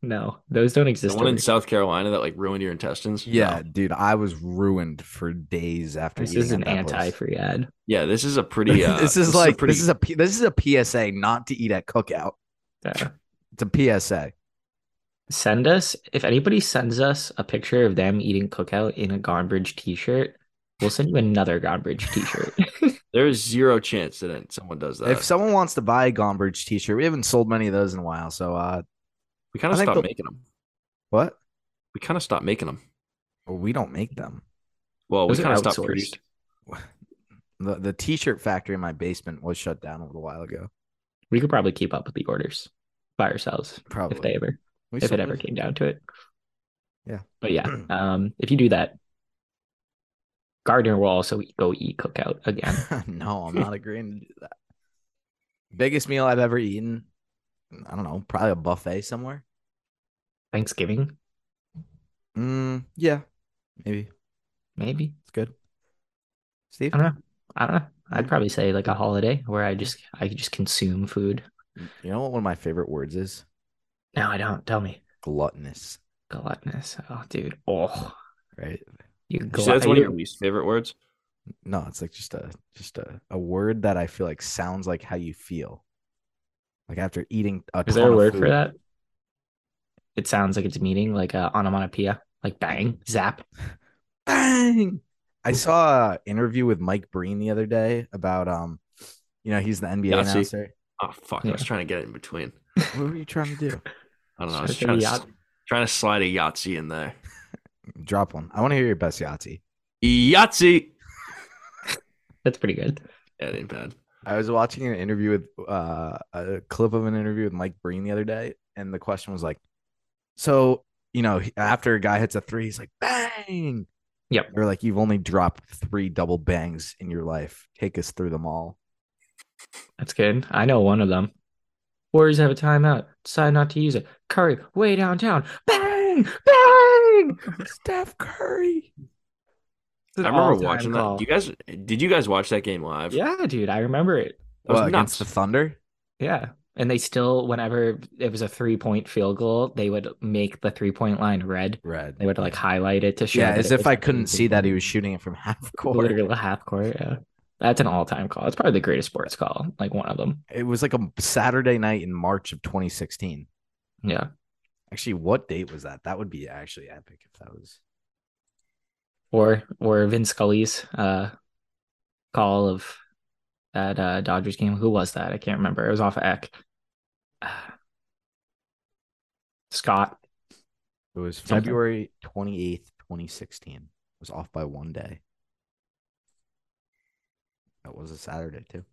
[SPEAKER 4] no, those don't
[SPEAKER 3] The
[SPEAKER 4] exist.
[SPEAKER 3] one in
[SPEAKER 4] over-
[SPEAKER 3] South Carolina that like ruined your intestines.
[SPEAKER 2] Yeah, dude, I was ruined for days after
[SPEAKER 4] This
[SPEAKER 2] eating
[SPEAKER 4] is
[SPEAKER 2] at
[SPEAKER 4] an
[SPEAKER 2] that place.
[SPEAKER 4] anti-free ad.
[SPEAKER 3] Yeah, this is a pretty. Uh,
[SPEAKER 2] this is like
[SPEAKER 3] pretty,
[SPEAKER 2] this is a P- this is a PSA not to eat at cookout.
[SPEAKER 4] So,
[SPEAKER 2] It's a PSA.
[SPEAKER 4] send us if anybody sends us a picture of them eating cookout in a Gonbridge t-shirt, we'll send you another Gonbridge t-shirt.
[SPEAKER 3] There is zero chance that it- someone does that.
[SPEAKER 2] if someone wants to buy a Gombridge t-shirt, we haven't sold many of those in a while. So uh
[SPEAKER 3] we
[SPEAKER 2] I
[SPEAKER 3] kind of
[SPEAKER 2] think
[SPEAKER 3] stopped
[SPEAKER 2] the-
[SPEAKER 3] making them.
[SPEAKER 2] what?
[SPEAKER 3] We kind of stopped making them.
[SPEAKER 2] Well, we don't make them.
[SPEAKER 3] Well, we
[SPEAKER 4] Those are
[SPEAKER 3] kind of stopped
[SPEAKER 4] outsourced.
[SPEAKER 3] producing.
[SPEAKER 2] The the t-shirt factory in my basement was shut down a little while ago.
[SPEAKER 4] We could probably keep up with the orders by ourselves
[SPEAKER 2] Probably.
[SPEAKER 4] if they ever
[SPEAKER 2] We
[SPEAKER 4] if it
[SPEAKER 2] sold
[SPEAKER 4] ever
[SPEAKER 2] those.
[SPEAKER 4] came down to it.
[SPEAKER 2] Yeah.
[SPEAKER 4] But yeah, um, if you do that, Gardner will also go eat cookout again.
[SPEAKER 2] no, I'm not agreeing to do that. Biggest meal I've ever eaten. I don't know, probably a buffet somewhere.
[SPEAKER 4] Thanksgiving,
[SPEAKER 2] Mm, yeah, maybe
[SPEAKER 4] maybe.
[SPEAKER 2] it's good. Steve,
[SPEAKER 4] I don't I don't know. I'd probably say like a holiday where I just I just consume food.
[SPEAKER 2] you know what one of my favorite words is?
[SPEAKER 4] No, I don't. Tell me.
[SPEAKER 2] Gluttonous.
[SPEAKER 4] Gluttonous. Oh, dude. Oh,
[SPEAKER 2] Right?
[SPEAKER 4] you
[SPEAKER 3] You say that's one
[SPEAKER 4] glut-
[SPEAKER 3] of your least favorite words.
[SPEAKER 2] No, it's like just a just a, a word that I feel like sounds like how you feel. Like after eating a ton
[SPEAKER 4] Is there a
[SPEAKER 2] of
[SPEAKER 4] word for
[SPEAKER 2] food.
[SPEAKER 4] that? It sounds like it's meaning like uh, onomatopoeia, like bang, zap.
[SPEAKER 2] Bang! I saw an interview with Mike Breen the other day about um, you know, he's the NBA
[SPEAKER 3] Yahtzee.
[SPEAKER 2] announcer.
[SPEAKER 3] Oh fuck! I was trying to get it in between.
[SPEAKER 2] What were you trying to do?
[SPEAKER 3] I don't know. I
[SPEAKER 4] Sorry,
[SPEAKER 3] was
[SPEAKER 4] the
[SPEAKER 3] trying to, s-
[SPEAKER 4] yacht-
[SPEAKER 3] trying to slide a Yahtzee in there.
[SPEAKER 2] Drop one. I want to hear your best Yahtzee.
[SPEAKER 3] Yahtzee.
[SPEAKER 4] That's pretty good.
[SPEAKER 3] That ain't bad.
[SPEAKER 2] I was watching an interview with uh, a clip of an interview with Mike Breen the other day, and the question was like, "So you know, he- after a guy hits a three, he's like, bang."
[SPEAKER 4] Yep.
[SPEAKER 2] They're like, "You've only dropped three double bangs in your life. Take us through them all."
[SPEAKER 4] That's good. I know one of them. Warriors have a timeout. Decide not to use it. Curry way downtown. Bang! Bang!
[SPEAKER 2] Steph Curry.
[SPEAKER 4] It's an
[SPEAKER 3] I remember
[SPEAKER 4] all-time
[SPEAKER 3] watching
[SPEAKER 4] call.
[SPEAKER 3] that. You guys, did you guys watch that game live?
[SPEAKER 4] Yeah, dude, I remember it.
[SPEAKER 3] That was
[SPEAKER 2] What, against
[SPEAKER 3] nuts.
[SPEAKER 2] the Thunder?
[SPEAKER 4] Yeah. And they still, whenever it was a three point field goal, they would make the three point line red.
[SPEAKER 2] Red.
[SPEAKER 4] They would like highlight it to show.
[SPEAKER 2] yeah,
[SPEAKER 4] that
[SPEAKER 2] as
[SPEAKER 4] it
[SPEAKER 2] if
[SPEAKER 4] was
[SPEAKER 2] I
[SPEAKER 4] a
[SPEAKER 2] couldn't
[SPEAKER 4] three-point
[SPEAKER 2] see that he
[SPEAKER 4] line.
[SPEAKER 2] was shooting it from half court.
[SPEAKER 4] literally half court. Yeah, that's an all time call. It's probably the greatest sports call, like one of them.
[SPEAKER 2] It was like a Saturday night in March of 2016.
[SPEAKER 4] Yeah,
[SPEAKER 2] Actually, what date was that? That would be actually epic if that was.
[SPEAKER 4] or or Vin Scully's uh call of that uh Dodgers game. Who was that? I can't remember. It was off of Eck. Ah. Scott.
[SPEAKER 2] It was
[SPEAKER 4] Something.
[SPEAKER 2] February 28th, 2016. It was off by one day. That was a Saturday, too.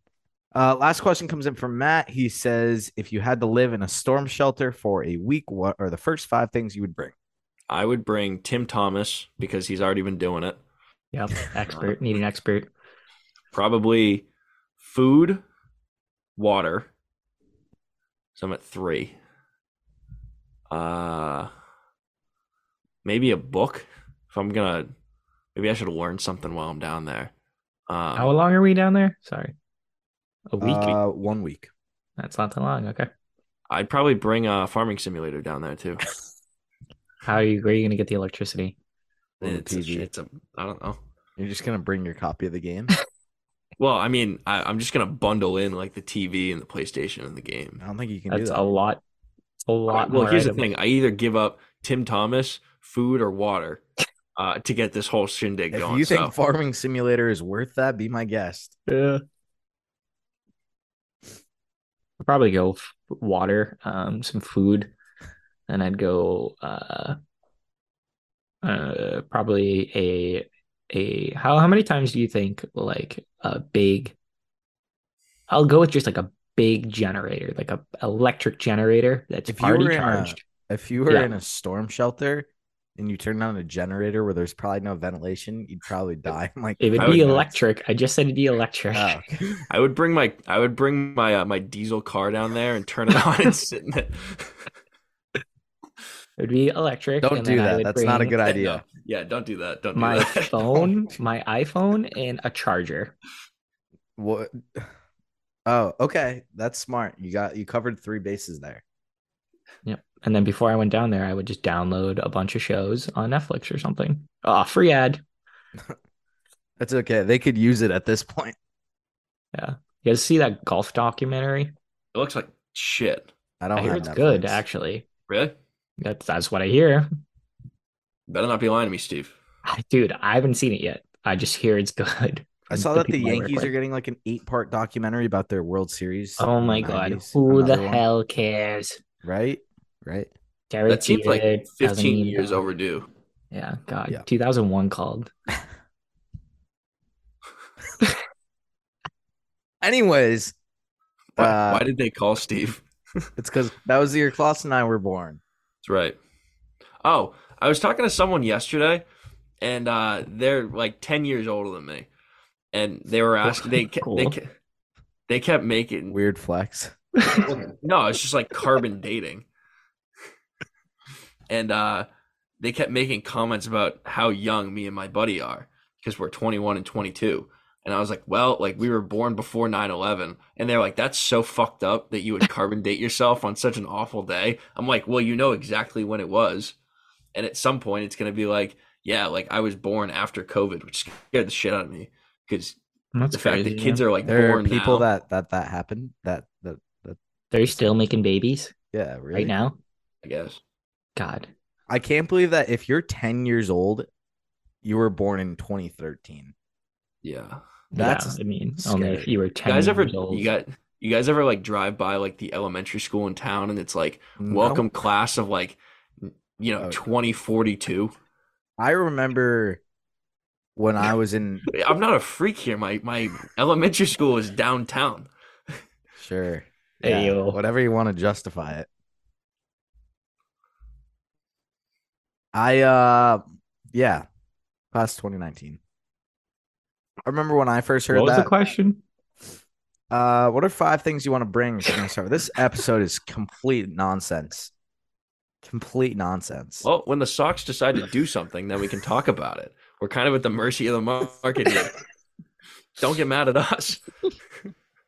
[SPEAKER 2] Uh, last question comes in from Matt. He says, If you had to live in a storm shelter for a week, what are the first five things you would bring?
[SPEAKER 3] I would bring Tim Thomas because he's already been doing it.
[SPEAKER 4] Yep, expert. Need an expert.
[SPEAKER 3] Probably food, water. So I'm at three. Uh maybe a book. If I'm gonna maybe I should learn something while I'm down there. Um,
[SPEAKER 4] How long are we down there? Sorry, a week.
[SPEAKER 2] Uh, one week.
[SPEAKER 4] that's not that long. Okay.
[SPEAKER 3] I'd probably bring a farming simulator down there too.
[SPEAKER 4] How are you? Where are you going to get the electricity?
[SPEAKER 2] On the
[SPEAKER 3] It's a,
[SPEAKER 2] TV.
[SPEAKER 3] it's a I don't know.
[SPEAKER 2] You're just going to bring your copy of the game?
[SPEAKER 3] Well, I mean, I, I'm just gonna bundle in like the TV and the PlayStation and the game.
[SPEAKER 2] I don't think you can
[SPEAKER 4] That's
[SPEAKER 2] do
[SPEAKER 4] a
[SPEAKER 2] that.
[SPEAKER 4] lot. A lot.
[SPEAKER 3] well,
[SPEAKER 4] more
[SPEAKER 3] here's
[SPEAKER 4] items.
[SPEAKER 3] the thing: I either give up Tim Thomas, food, or water uh, to get this whole shindig
[SPEAKER 2] If
[SPEAKER 3] going.
[SPEAKER 2] you think
[SPEAKER 3] so
[SPEAKER 2] Farming Simulator is worth that, be my guest.
[SPEAKER 4] Yeah. I'd probably go f- water, um, some food, and I'd go uh, uh, probably a a how how many times do you think like a big? I'll go with just like a big generator, like a electric generator that's
[SPEAKER 2] If you were
[SPEAKER 4] already
[SPEAKER 2] in a-
[SPEAKER 4] charged.
[SPEAKER 2] If you were
[SPEAKER 4] Yeah.
[SPEAKER 2] in a storm shelter and you turned on a generator where there's probably no ventilation, you'd probably die. I'm like,
[SPEAKER 4] It would
[SPEAKER 3] I
[SPEAKER 4] be
[SPEAKER 3] would-
[SPEAKER 4] electric. I just said it'd be electric.
[SPEAKER 2] Oh, okay.
[SPEAKER 3] I would bring my I would bring my uh, my diesel car down there and turn it on and sit in it.
[SPEAKER 4] It would be electric.
[SPEAKER 2] Don't
[SPEAKER 4] and
[SPEAKER 2] do
[SPEAKER 4] then I
[SPEAKER 2] that.
[SPEAKER 4] would
[SPEAKER 2] That's not a
[SPEAKER 4] bring-
[SPEAKER 2] good idea.
[SPEAKER 3] No. yeah, don't do that. Don't do
[SPEAKER 4] my
[SPEAKER 3] that.
[SPEAKER 4] phone, my iPhone, and a charger.
[SPEAKER 2] What? Oh, okay. That's smart. You got you covered three bases there.
[SPEAKER 4] And then before I went down there, I would just download a bunch of shows on Netflix or something. Ah, free ad.
[SPEAKER 2] That's okay. They could use it at this point.
[SPEAKER 4] You guys see that golf documentary?
[SPEAKER 3] It looks like shit.
[SPEAKER 2] Oh, I don't.
[SPEAKER 4] I hear
[SPEAKER 2] have
[SPEAKER 4] it's good,
[SPEAKER 2] Netflix.
[SPEAKER 4] actually.
[SPEAKER 3] Really?
[SPEAKER 4] That's that's what I hear.
[SPEAKER 3] Better not be lying to me, Steve.
[SPEAKER 4] I- Dude, I haven't seen it yet. I just hear it's good.
[SPEAKER 2] I saw that the Yankees are getting like an eight-part documentary about their World Series.
[SPEAKER 4] Oh
[SPEAKER 2] in
[SPEAKER 4] my
[SPEAKER 2] the
[SPEAKER 4] god,
[SPEAKER 2] 90s.
[SPEAKER 4] who the
[SPEAKER 2] Another one.
[SPEAKER 4] hell cares?
[SPEAKER 2] Right, right.
[SPEAKER 4] Derek
[SPEAKER 3] That seems like
[SPEAKER 4] Jeter doesn't
[SPEAKER 3] 15
[SPEAKER 4] need
[SPEAKER 3] years
[SPEAKER 4] that.
[SPEAKER 3] overdue.
[SPEAKER 4] Yeah, God,
[SPEAKER 2] Yeah.
[SPEAKER 4] 2001 called.
[SPEAKER 2] Anyways,
[SPEAKER 3] Why,
[SPEAKER 2] Uh,
[SPEAKER 3] why did they call Steve?
[SPEAKER 2] it's because that was the year Klaus and I were born.
[SPEAKER 3] That's right. Oh, I was talking to someone yesterday, and uh, they're like ten years older than me, and they were asking they kept, they
[SPEAKER 4] Cool.
[SPEAKER 3] kept, they kept making
[SPEAKER 2] Weird flex.
[SPEAKER 3] no, it's just like carbon dating, and uh, they kept making comments about how young me and my buddy are because we're twenty one and twenty two. And I was like, well, like we were born before 9 11. And they're like, that's so fucked up that you would carbon date yourself on such an awful day. I'm like, well, you know exactly when it was. And at some point, it's going to be like, yeah, like I was born after COVID, which scared the shit out of me because
[SPEAKER 4] That's
[SPEAKER 3] the fact that kids are like
[SPEAKER 2] There are
[SPEAKER 3] born
[SPEAKER 2] people
[SPEAKER 3] now-
[SPEAKER 2] that that that happened. That that
[SPEAKER 4] they're still making babies
[SPEAKER 2] yeah, really.
[SPEAKER 4] right now.
[SPEAKER 3] I guess.
[SPEAKER 4] God,
[SPEAKER 2] I can't believe that if you're 10 years old, you were born in 2013.
[SPEAKER 3] Yeah.
[SPEAKER 2] That's
[SPEAKER 4] yeah, I mean, only if
[SPEAKER 2] scary.
[SPEAKER 4] you were 10
[SPEAKER 3] You guys ever,
[SPEAKER 4] years old.
[SPEAKER 3] you got, you guys ever like drive by like the elementary school in town and it's like, welcome class of like, you know,
[SPEAKER 2] Oh.
[SPEAKER 3] 2042.
[SPEAKER 2] I remember when I was in
[SPEAKER 3] I'm not a freak here. My, my elementary school is downtown.
[SPEAKER 2] sure, yeah,
[SPEAKER 4] Ayo.
[SPEAKER 2] whatever you want to justify it. I uh, yeah, class 2019. I remember when I first heard
[SPEAKER 4] what was
[SPEAKER 2] that.
[SPEAKER 4] the question?
[SPEAKER 2] Uh, what are five things you want to bring? to Gonna Start? This episode is complete nonsense. Complete nonsense.
[SPEAKER 3] Well, when the Sox decide to do something, then we can talk about it. We're kind of at the mercy of the mar- market here. Don't get mad at us.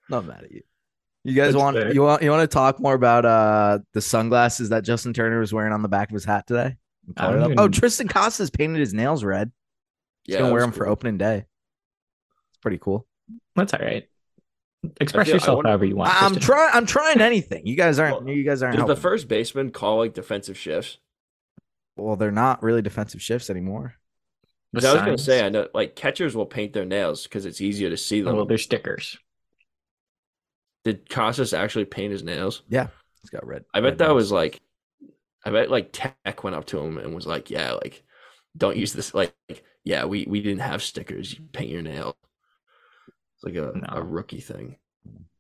[SPEAKER 2] Not mad at you. You guys
[SPEAKER 4] That's
[SPEAKER 2] want
[SPEAKER 4] fair.
[SPEAKER 2] you want you want to talk more about uh the sunglasses that Justin Turner was wearing on the back of his hat today? You
[SPEAKER 4] I
[SPEAKER 2] colored
[SPEAKER 4] don't
[SPEAKER 2] up-
[SPEAKER 4] even-
[SPEAKER 2] Oh, Tristan Costas painted his nails red. He's
[SPEAKER 3] Yeah,
[SPEAKER 2] gonna
[SPEAKER 3] that
[SPEAKER 2] wear
[SPEAKER 3] was
[SPEAKER 2] them for
[SPEAKER 3] cool.
[SPEAKER 2] opening day. It's pretty cool.
[SPEAKER 4] That's all right. Express
[SPEAKER 3] feel- I
[SPEAKER 4] yourself
[SPEAKER 3] wonder-
[SPEAKER 4] however you want.
[SPEAKER 2] I'm
[SPEAKER 4] Tristan.
[SPEAKER 2] trying. I'm trying anything. You guys aren't.
[SPEAKER 3] Well,
[SPEAKER 2] you guys aren't.
[SPEAKER 3] Does the
[SPEAKER 2] helping.
[SPEAKER 3] first baseman call like defensive shifts?
[SPEAKER 2] well, they're not really defensive shifts anymore.
[SPEAKER 3] 'Cause I was going
[SPEAKER 4] Besides-
[SPEAKER 3] to say, I know like catchers will paint their nails because it's easier to see
[SPEAKER 4] Oh,
[SPEAKER 3] them.
[SPEAKER 4] well, they're stickers.
[SPEAKER 3] Did Casas actually paint his nails?
[SPEAKER 2] He's got red.
[SPEAKER 3] I
[SPEAKER 2] red
[SPEAKER 3] bet that
[SPEAKER 2] nails.
[SPEAKER 3] was like, I bet like Tech went up to him and was like, "Yeah, like, don't use this. Like, yeah, we we didn't have stickers. You paint your nails. It's like a,
[SPEAKER 4] No.
[SPEAKER 3] a rookie thing.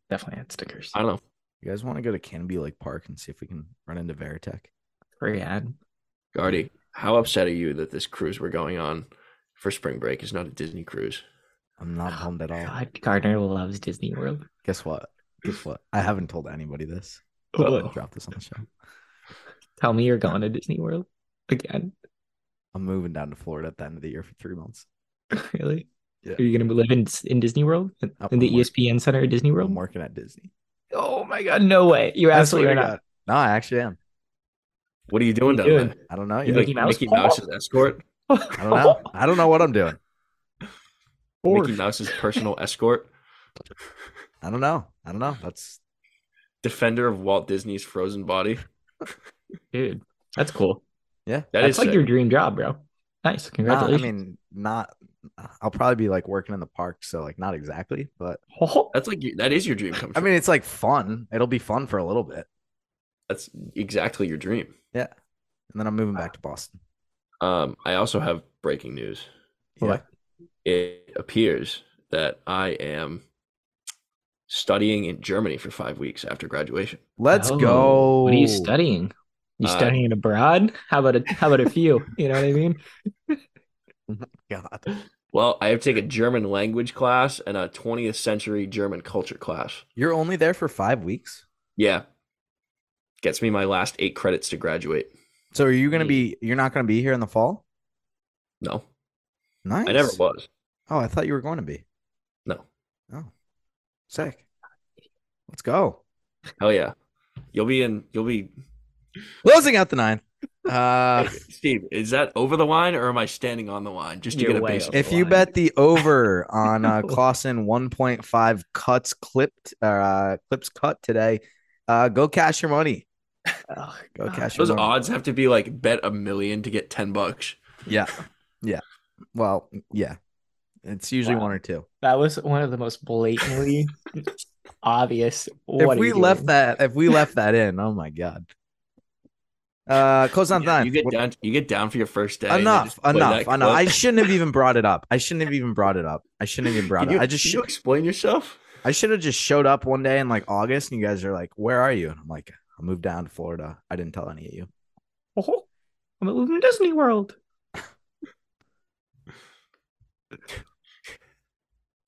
[SPEAKER 4] Definitely had stickers.
[SPEAKER 3] I don't know.
[SPEAKER 2] You guys want to go to Canby Lake Park and see if we can run into Veritech?
[SPEAKER 4] Free ad.
[SPEAKER 3] Guardy, how upset are you that this cruise we're going on for spring break is not a Disney cruise?
[SPEAKER 2] I'm not bummed at all.
[SPEAKER 4] Oh God, Gardner loves Disney World.
[SPEAKER 2] Guess what? Guess what? I haven't told anybody this. I'll
[SPEAKER 3] Uh-oh.
[SPEAKER 2] drop this on the show.
[SPEAKER 4] Tell me you're going to Disney World again.
[SPEAKER 2] I'm moving down to Florida at the end of the year for three months.
[SPEAKER 4] really?
[SPEAKER 2] Yeah.
[SPEAKER 4] Are you going to live in in Disney World in,
[SPEAKER 2] Up
[SPEAKER 4] in the E
[SPEAKER 2] in Mar-
[SPEAKER 4] ESPN Center at Disney World?
[SPEAKER 2] I'm working at Disney.
[SPEAKER 4] Oh my God! No way! You're
[SPEAKER 2] I swear
[SPEAKER 4] absolutely
[SPEAKER 2] to
[SPEAKER 4] not.
[SPEAKER 2] God. No, I actually am.
[SPEAKER 3] What are you doing
[SPEAKER 4] What
[SPEAKER 3] down
[SPEAKER 4] are you
[SPEAKER 3] there?
[SPEAKER 2] I don't know
[SPEAKER 3] You
[SPEAKER 2] yet.
[SPEAKER 3] like Mickey,
[SPEAKER 4] Mickey Mouse?
[SPEAKER 3] Mouse's escort?
[SPEAKER 2] I don't know. I don't know what I'm doing.
[SPEAKER 3] Mickey Mouse's personal escort?
[SPEAKER 2] I don't know. I don't know. That's
[SPEAKER 3] Defender of Walt Disney's frozen body?
[SPEAKER 4] Dude, that's cool.
[SPEAKER 2] yeah.
[SPEAKER 3] That
[SPEAKER 4] that's
[SPEAKER 3] is
[SPEAKER 4] like
[SPEAKER 3] sick.
[SPEAKER 4] your dream job, bro. Nice.
[SPEAKER 2] Nah, I
[SPEAKER 4] Congratulations.
[SPEAKER 2] mean, not. I'll probably be like working in the park, so like not exactly, but
[SPEAKER 4] Oh,
[SPEAKER 3] That's like your, that is your dream come
[SPEAKER 2] I
[SPEAKER 3] true.
[SPEAKER 2] mean, it's like fun. It'll be fun for a little bit,
[SPEAKER 3] That's exactly your dream.
[SPEAKER 2] and then I'm moving back to Boston.
[SPEAKER 3] Um, I also have breaking news.
[SPEAKER 2] Yeah.
[SPEAKER 3] It appears that I am studying in Germany for five weeks after graduation.
[SPEAKER 2] Let's
[SPEAKER 4] no.
[SPEAKER 2] go.
[SPEAKER 4] What are you studying? You
[SPEAKER 3] Uh,
[SPEAKER 4] studying abroad? How about a how about a few? You know what I mean?
[SPEAKER 2] God.
[SPEAKER 3] Well, I have to take a German language class and a 20th century German culture class.
[SPEAKER 2] You're only there for five weeks.
[SPEAKER 3] Yeah. Gets me my last eight credits to graduate.
[SPEAKER 2] So are you gonna be?
[SPEAKER 3] Mm.
[SPEAKER 2] You're not gonna be here in the fall?
[SPEAKER 3] No,
[SPEAKER 2] Nice.
[SPEAKER 3] I never was.
[SPEAKER 2] Oh, I thought you were going to be.
[SPEAKER 3] No.
[SPEAKER 2] Oh, sick. Let's go.
[SPEAKER 3] Hell yeah. You'll be in, you'll be.
[SPEAKER 2] Closing out the ninth. Uh,
[SPEAKER 3] Steve, is that over the line or am I standing on the line just to
[SPEAKER 4] You're
[SPEAKER 3] get a
[SPEAKER 4] way
[SPEAKER 3] basic?
[SPEAKER 4] over.
[SPEAKER 2] if you bet the over on uh, Clausen 1.5 cuts clipped, uh, clips cut today, uh, go cash your money.
[SPEAKER 4] Oh,
[SPEAKER 2] Go
[SPEAKER 4] God.
[SPEAKER 2] cash your
[SPEAKER 3] Those
[SPEAKER 2] money.
[SPEAKER 3] odds have to be like bet a million to get 10 bucks.
[SPEAKER 2] Yeah. Yeah. Well, yeah. It's usually
[SPEAKER 4] Wow.
[SPEAKER 2] one or two.
[SPEAKER 4] That was one of the most blatantly obvious. What
[SPEAKER 2] if we left that, if we left that in, oh my god. Uh, close on
[SPEAKER 3] Yeah,
[SPEAKER 2] time.
[SPEAKER 3] you get down. You get down for your first day. and they
[SPEAKER 2] enough,
[SPEAKER 3] just play
[SPEAKER 2] enough,
[SPEAKER 3] that
[SPEAKER 2] enough.
[SPEAKER 3] clip.
[SPEAKER 2] I shouldn't have even brought it up. I shouldn't have even brought it up. I shouldn't have even brought
[SPEAKER 3] Can
[SPEAKER 2] it.
[SPEAKER 3] you-
[SPEAKER 2] up. I just
[SPEAKER 3] can
[SPEAKER 2] sh-
[SPEAKER 3] you explain yourself.
[SPEAKER 2] I should have just showed up one day in like August, and you guys are like, "Where are you?" And I'm like, "I moved down to Florida. I didn't tell any of you."
[SPEAKER 4] Oh, I'm at Walt Disney World.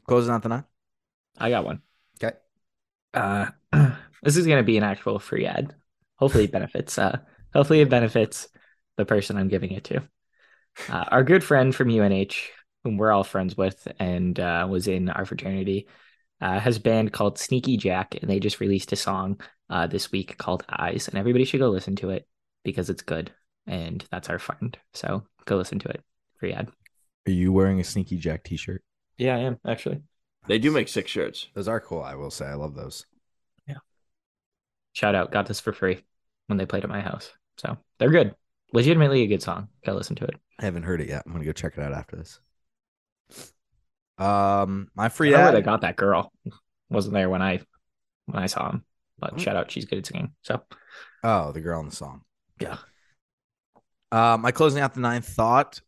[SPEAKER 2] Closing out the nine.
[SPEAKER 4] I got one.
[SPEAKER 2] Okay.
[SPEAKER 4] Uh, this is gonna be an actual free ad. Hopefully it benefits. Uh, hopefully it benefits the person I'm giving it to. Uh, our good friend from UNH, whom we're all friends with, and uh, was in our fraternity, uh, has a band called Sneaky Jack, and they just released a song uh, this week called Eyes, and everybody should go listen to it because it's good, and that's our friend. So go listen to it. Free ad.
[SPEAKER 2] Are you wearing a Sneaky Jack T-shirt?
[SPEAKER 4] Yeah, I am actually.
[SPEAKER 3] They do make six shirts.
[SPEAKER 2] Those are cool. I will say, I love those.
[SPEAKER 4] Shout out, got this for free when they played at my house. So they're good. Legitimately a good song. Go listen to it.
[SPEAKER 2] I haven't heard it yet. I'm gonna go check it out after this. Um, my
[SPEAKER 4] I
[SPEAKER 2] free
[SPEAKER 4] don't know where they
[SPEAKER 2] ad.
[SPEAKER 4] got that girl. Wasn't there when I when I saw him. But
[SPEAKER 2] Mm.
[SPEAKER 4] shout out, she's good at singing. So
[SPEAKER 2] Oh, the girl in the song.
[SPEAKER 4] Yeah.
[SPEAKER 2] Um, my closing out the ninth thought.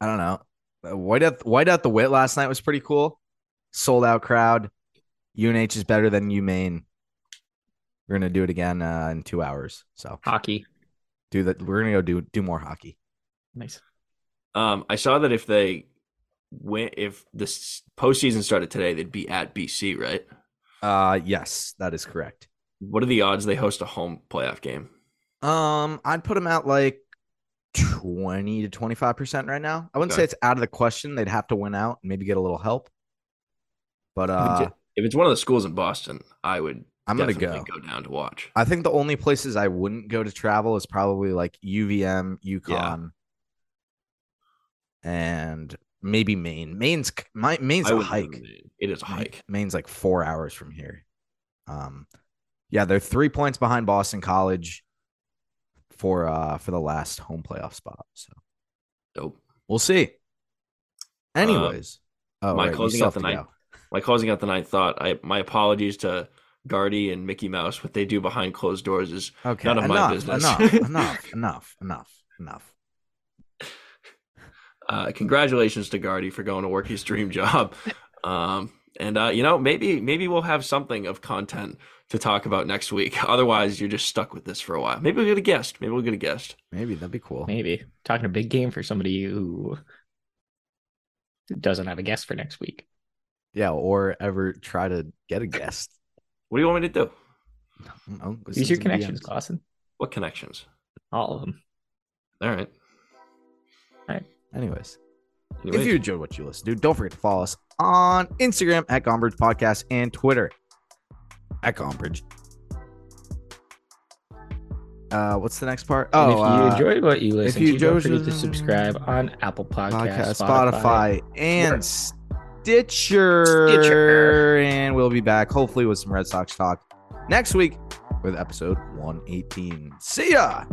[SPEAKER 2] I don't know. Uh, White out, white out the wit last night was pretty cool. Sold out crowd. UNH is better than UMaine. We're gonna do it again uh, in two hours. So
[SPEAKER 4] hockey.
[SPEAKER 2] do that. We're gonna go do do more hockey.
[SPEAKER 4] Nice.
[SPEAKER 3] Um, I saw that if they went, if the s- postseason started today, they'd be at BC, right?
[SPEAKER 2] Uh, yes, that is correct.
[SPEAKER 3] What are the odds they host a home playoff game?
[SPEAKER 2] Um, I'd put them at like twenty to twenty five percent right now. I wouldn't
[SPEAKER 3] Okay.
[SPEAKER 2] say it's out of the question. They'd have to win out and maybe get a little help. But uh,
[SPEAKER 3] If it's one of the schools in Boston, I would.
[SPEAKER 2] I'm gonna
[SPEAKER 3] definitely
[SPEAKER 2] go.
[SPEAKER 3] go down to watch.
[SPEAKER 2] I think the only places I wouldn't go to travel is probably like UVM, UConn, and maybe Maine. Maine's c- my Maine's
[SPEAKER 3] I
[SPEAKER 2] a
[SPEAKER 3] would
[SPEAKER 2] hike.
[SPEAKER 3] recommend- It is a
[SPEAKER 2] Ma-
[SPEAKER 3] hike.
[SPEAKER 2] Maine's like four hours from here. Um, yeah, they're three points behind Boston College for uh for the last home playoff spot. So
[SPEAKER 3] Nope.
[SPEAKER 2] we'll see. Anyways, oh,
[SPEAKER 3] my
[SPEAKER 2] right, you
[SPEAKER 3] closing
[SPEAKER 2] still
[SPEAKER 3] out
[SPEAKER 2] have
[SPEAKER 3] the
[SPEAKER 2] to
[SPEAKER 3] night.
[SPEAKER 2] go.
[SPEAKER 3] Like closing out the ninth thought, I my apologies to Guardy and Mickey Mouse. What they do behind closed doors is
[SPEAKER 2] Okay,
[SPEAKER 3] None of my
[SPEAKER 2] enough,
[SPEAKER 3] business.
[SPEAKER 2] enough, enough, enough, enough, enough.
[SPEAKER 3] uh, congratulations to Guardy for going to work his dream job. Um, and uh, you know, maybe maybe we'll have something of content to talk about next week. Otherwise, you're just stuck with this for a while. Maybe we'll get a guest. Maybe we'll get a guest.
[SPEAKER 2] Maybe that'd be cool.
[SPEAKER 4] Maybe. Talking a big game for somebody who doesn't have a guest for next week.
[SPEAKER 2] Yeah, or ever try to get a guest.
[SPEAKER 3] What do you want me to do?
[SPEAKER 2] I don't know, go send
[SPEAKER 4] Use your
[SPEAKER 2] some
[SPEAKER 4] connections,
[SPEAKER 2] DMs.
[SPEAKER 4] Clausen.
[SPEAKER 3] What connections?
[SPEAKER 4] All of them.
[SPEAKER 3] All right.
[SPEAKER 2] Anyways.
[SPEAKER 3] Anyways,
[SPEAKER 2] If you enjoyed what you listened to, don't forget to follow us on Instagram at Gombridge Podcast and Twitter at Gombridge. Uh, what's the next part?
[SPEAKER 4] And
[SPEAKER 2] Oh, uh,
[SPEAKER 4] if you enjoyed what you listened
[SPEAKER 2] you
[SPEAKER 4] to, don't
[SPEAKER 2] enjoyed-
[SPEAKER 4] forget to subscribe on Apple
[SPEAKER 2] podcast,
[SPEAKER 4] Podcasts,
[SPEAKER 2] Spotify, and Stitcher.
[SPEAKER 4] Stitcher.
[SPEAKER 2] And we'll be back hopefully with some Red Sox talk next week with episode 118. See ya.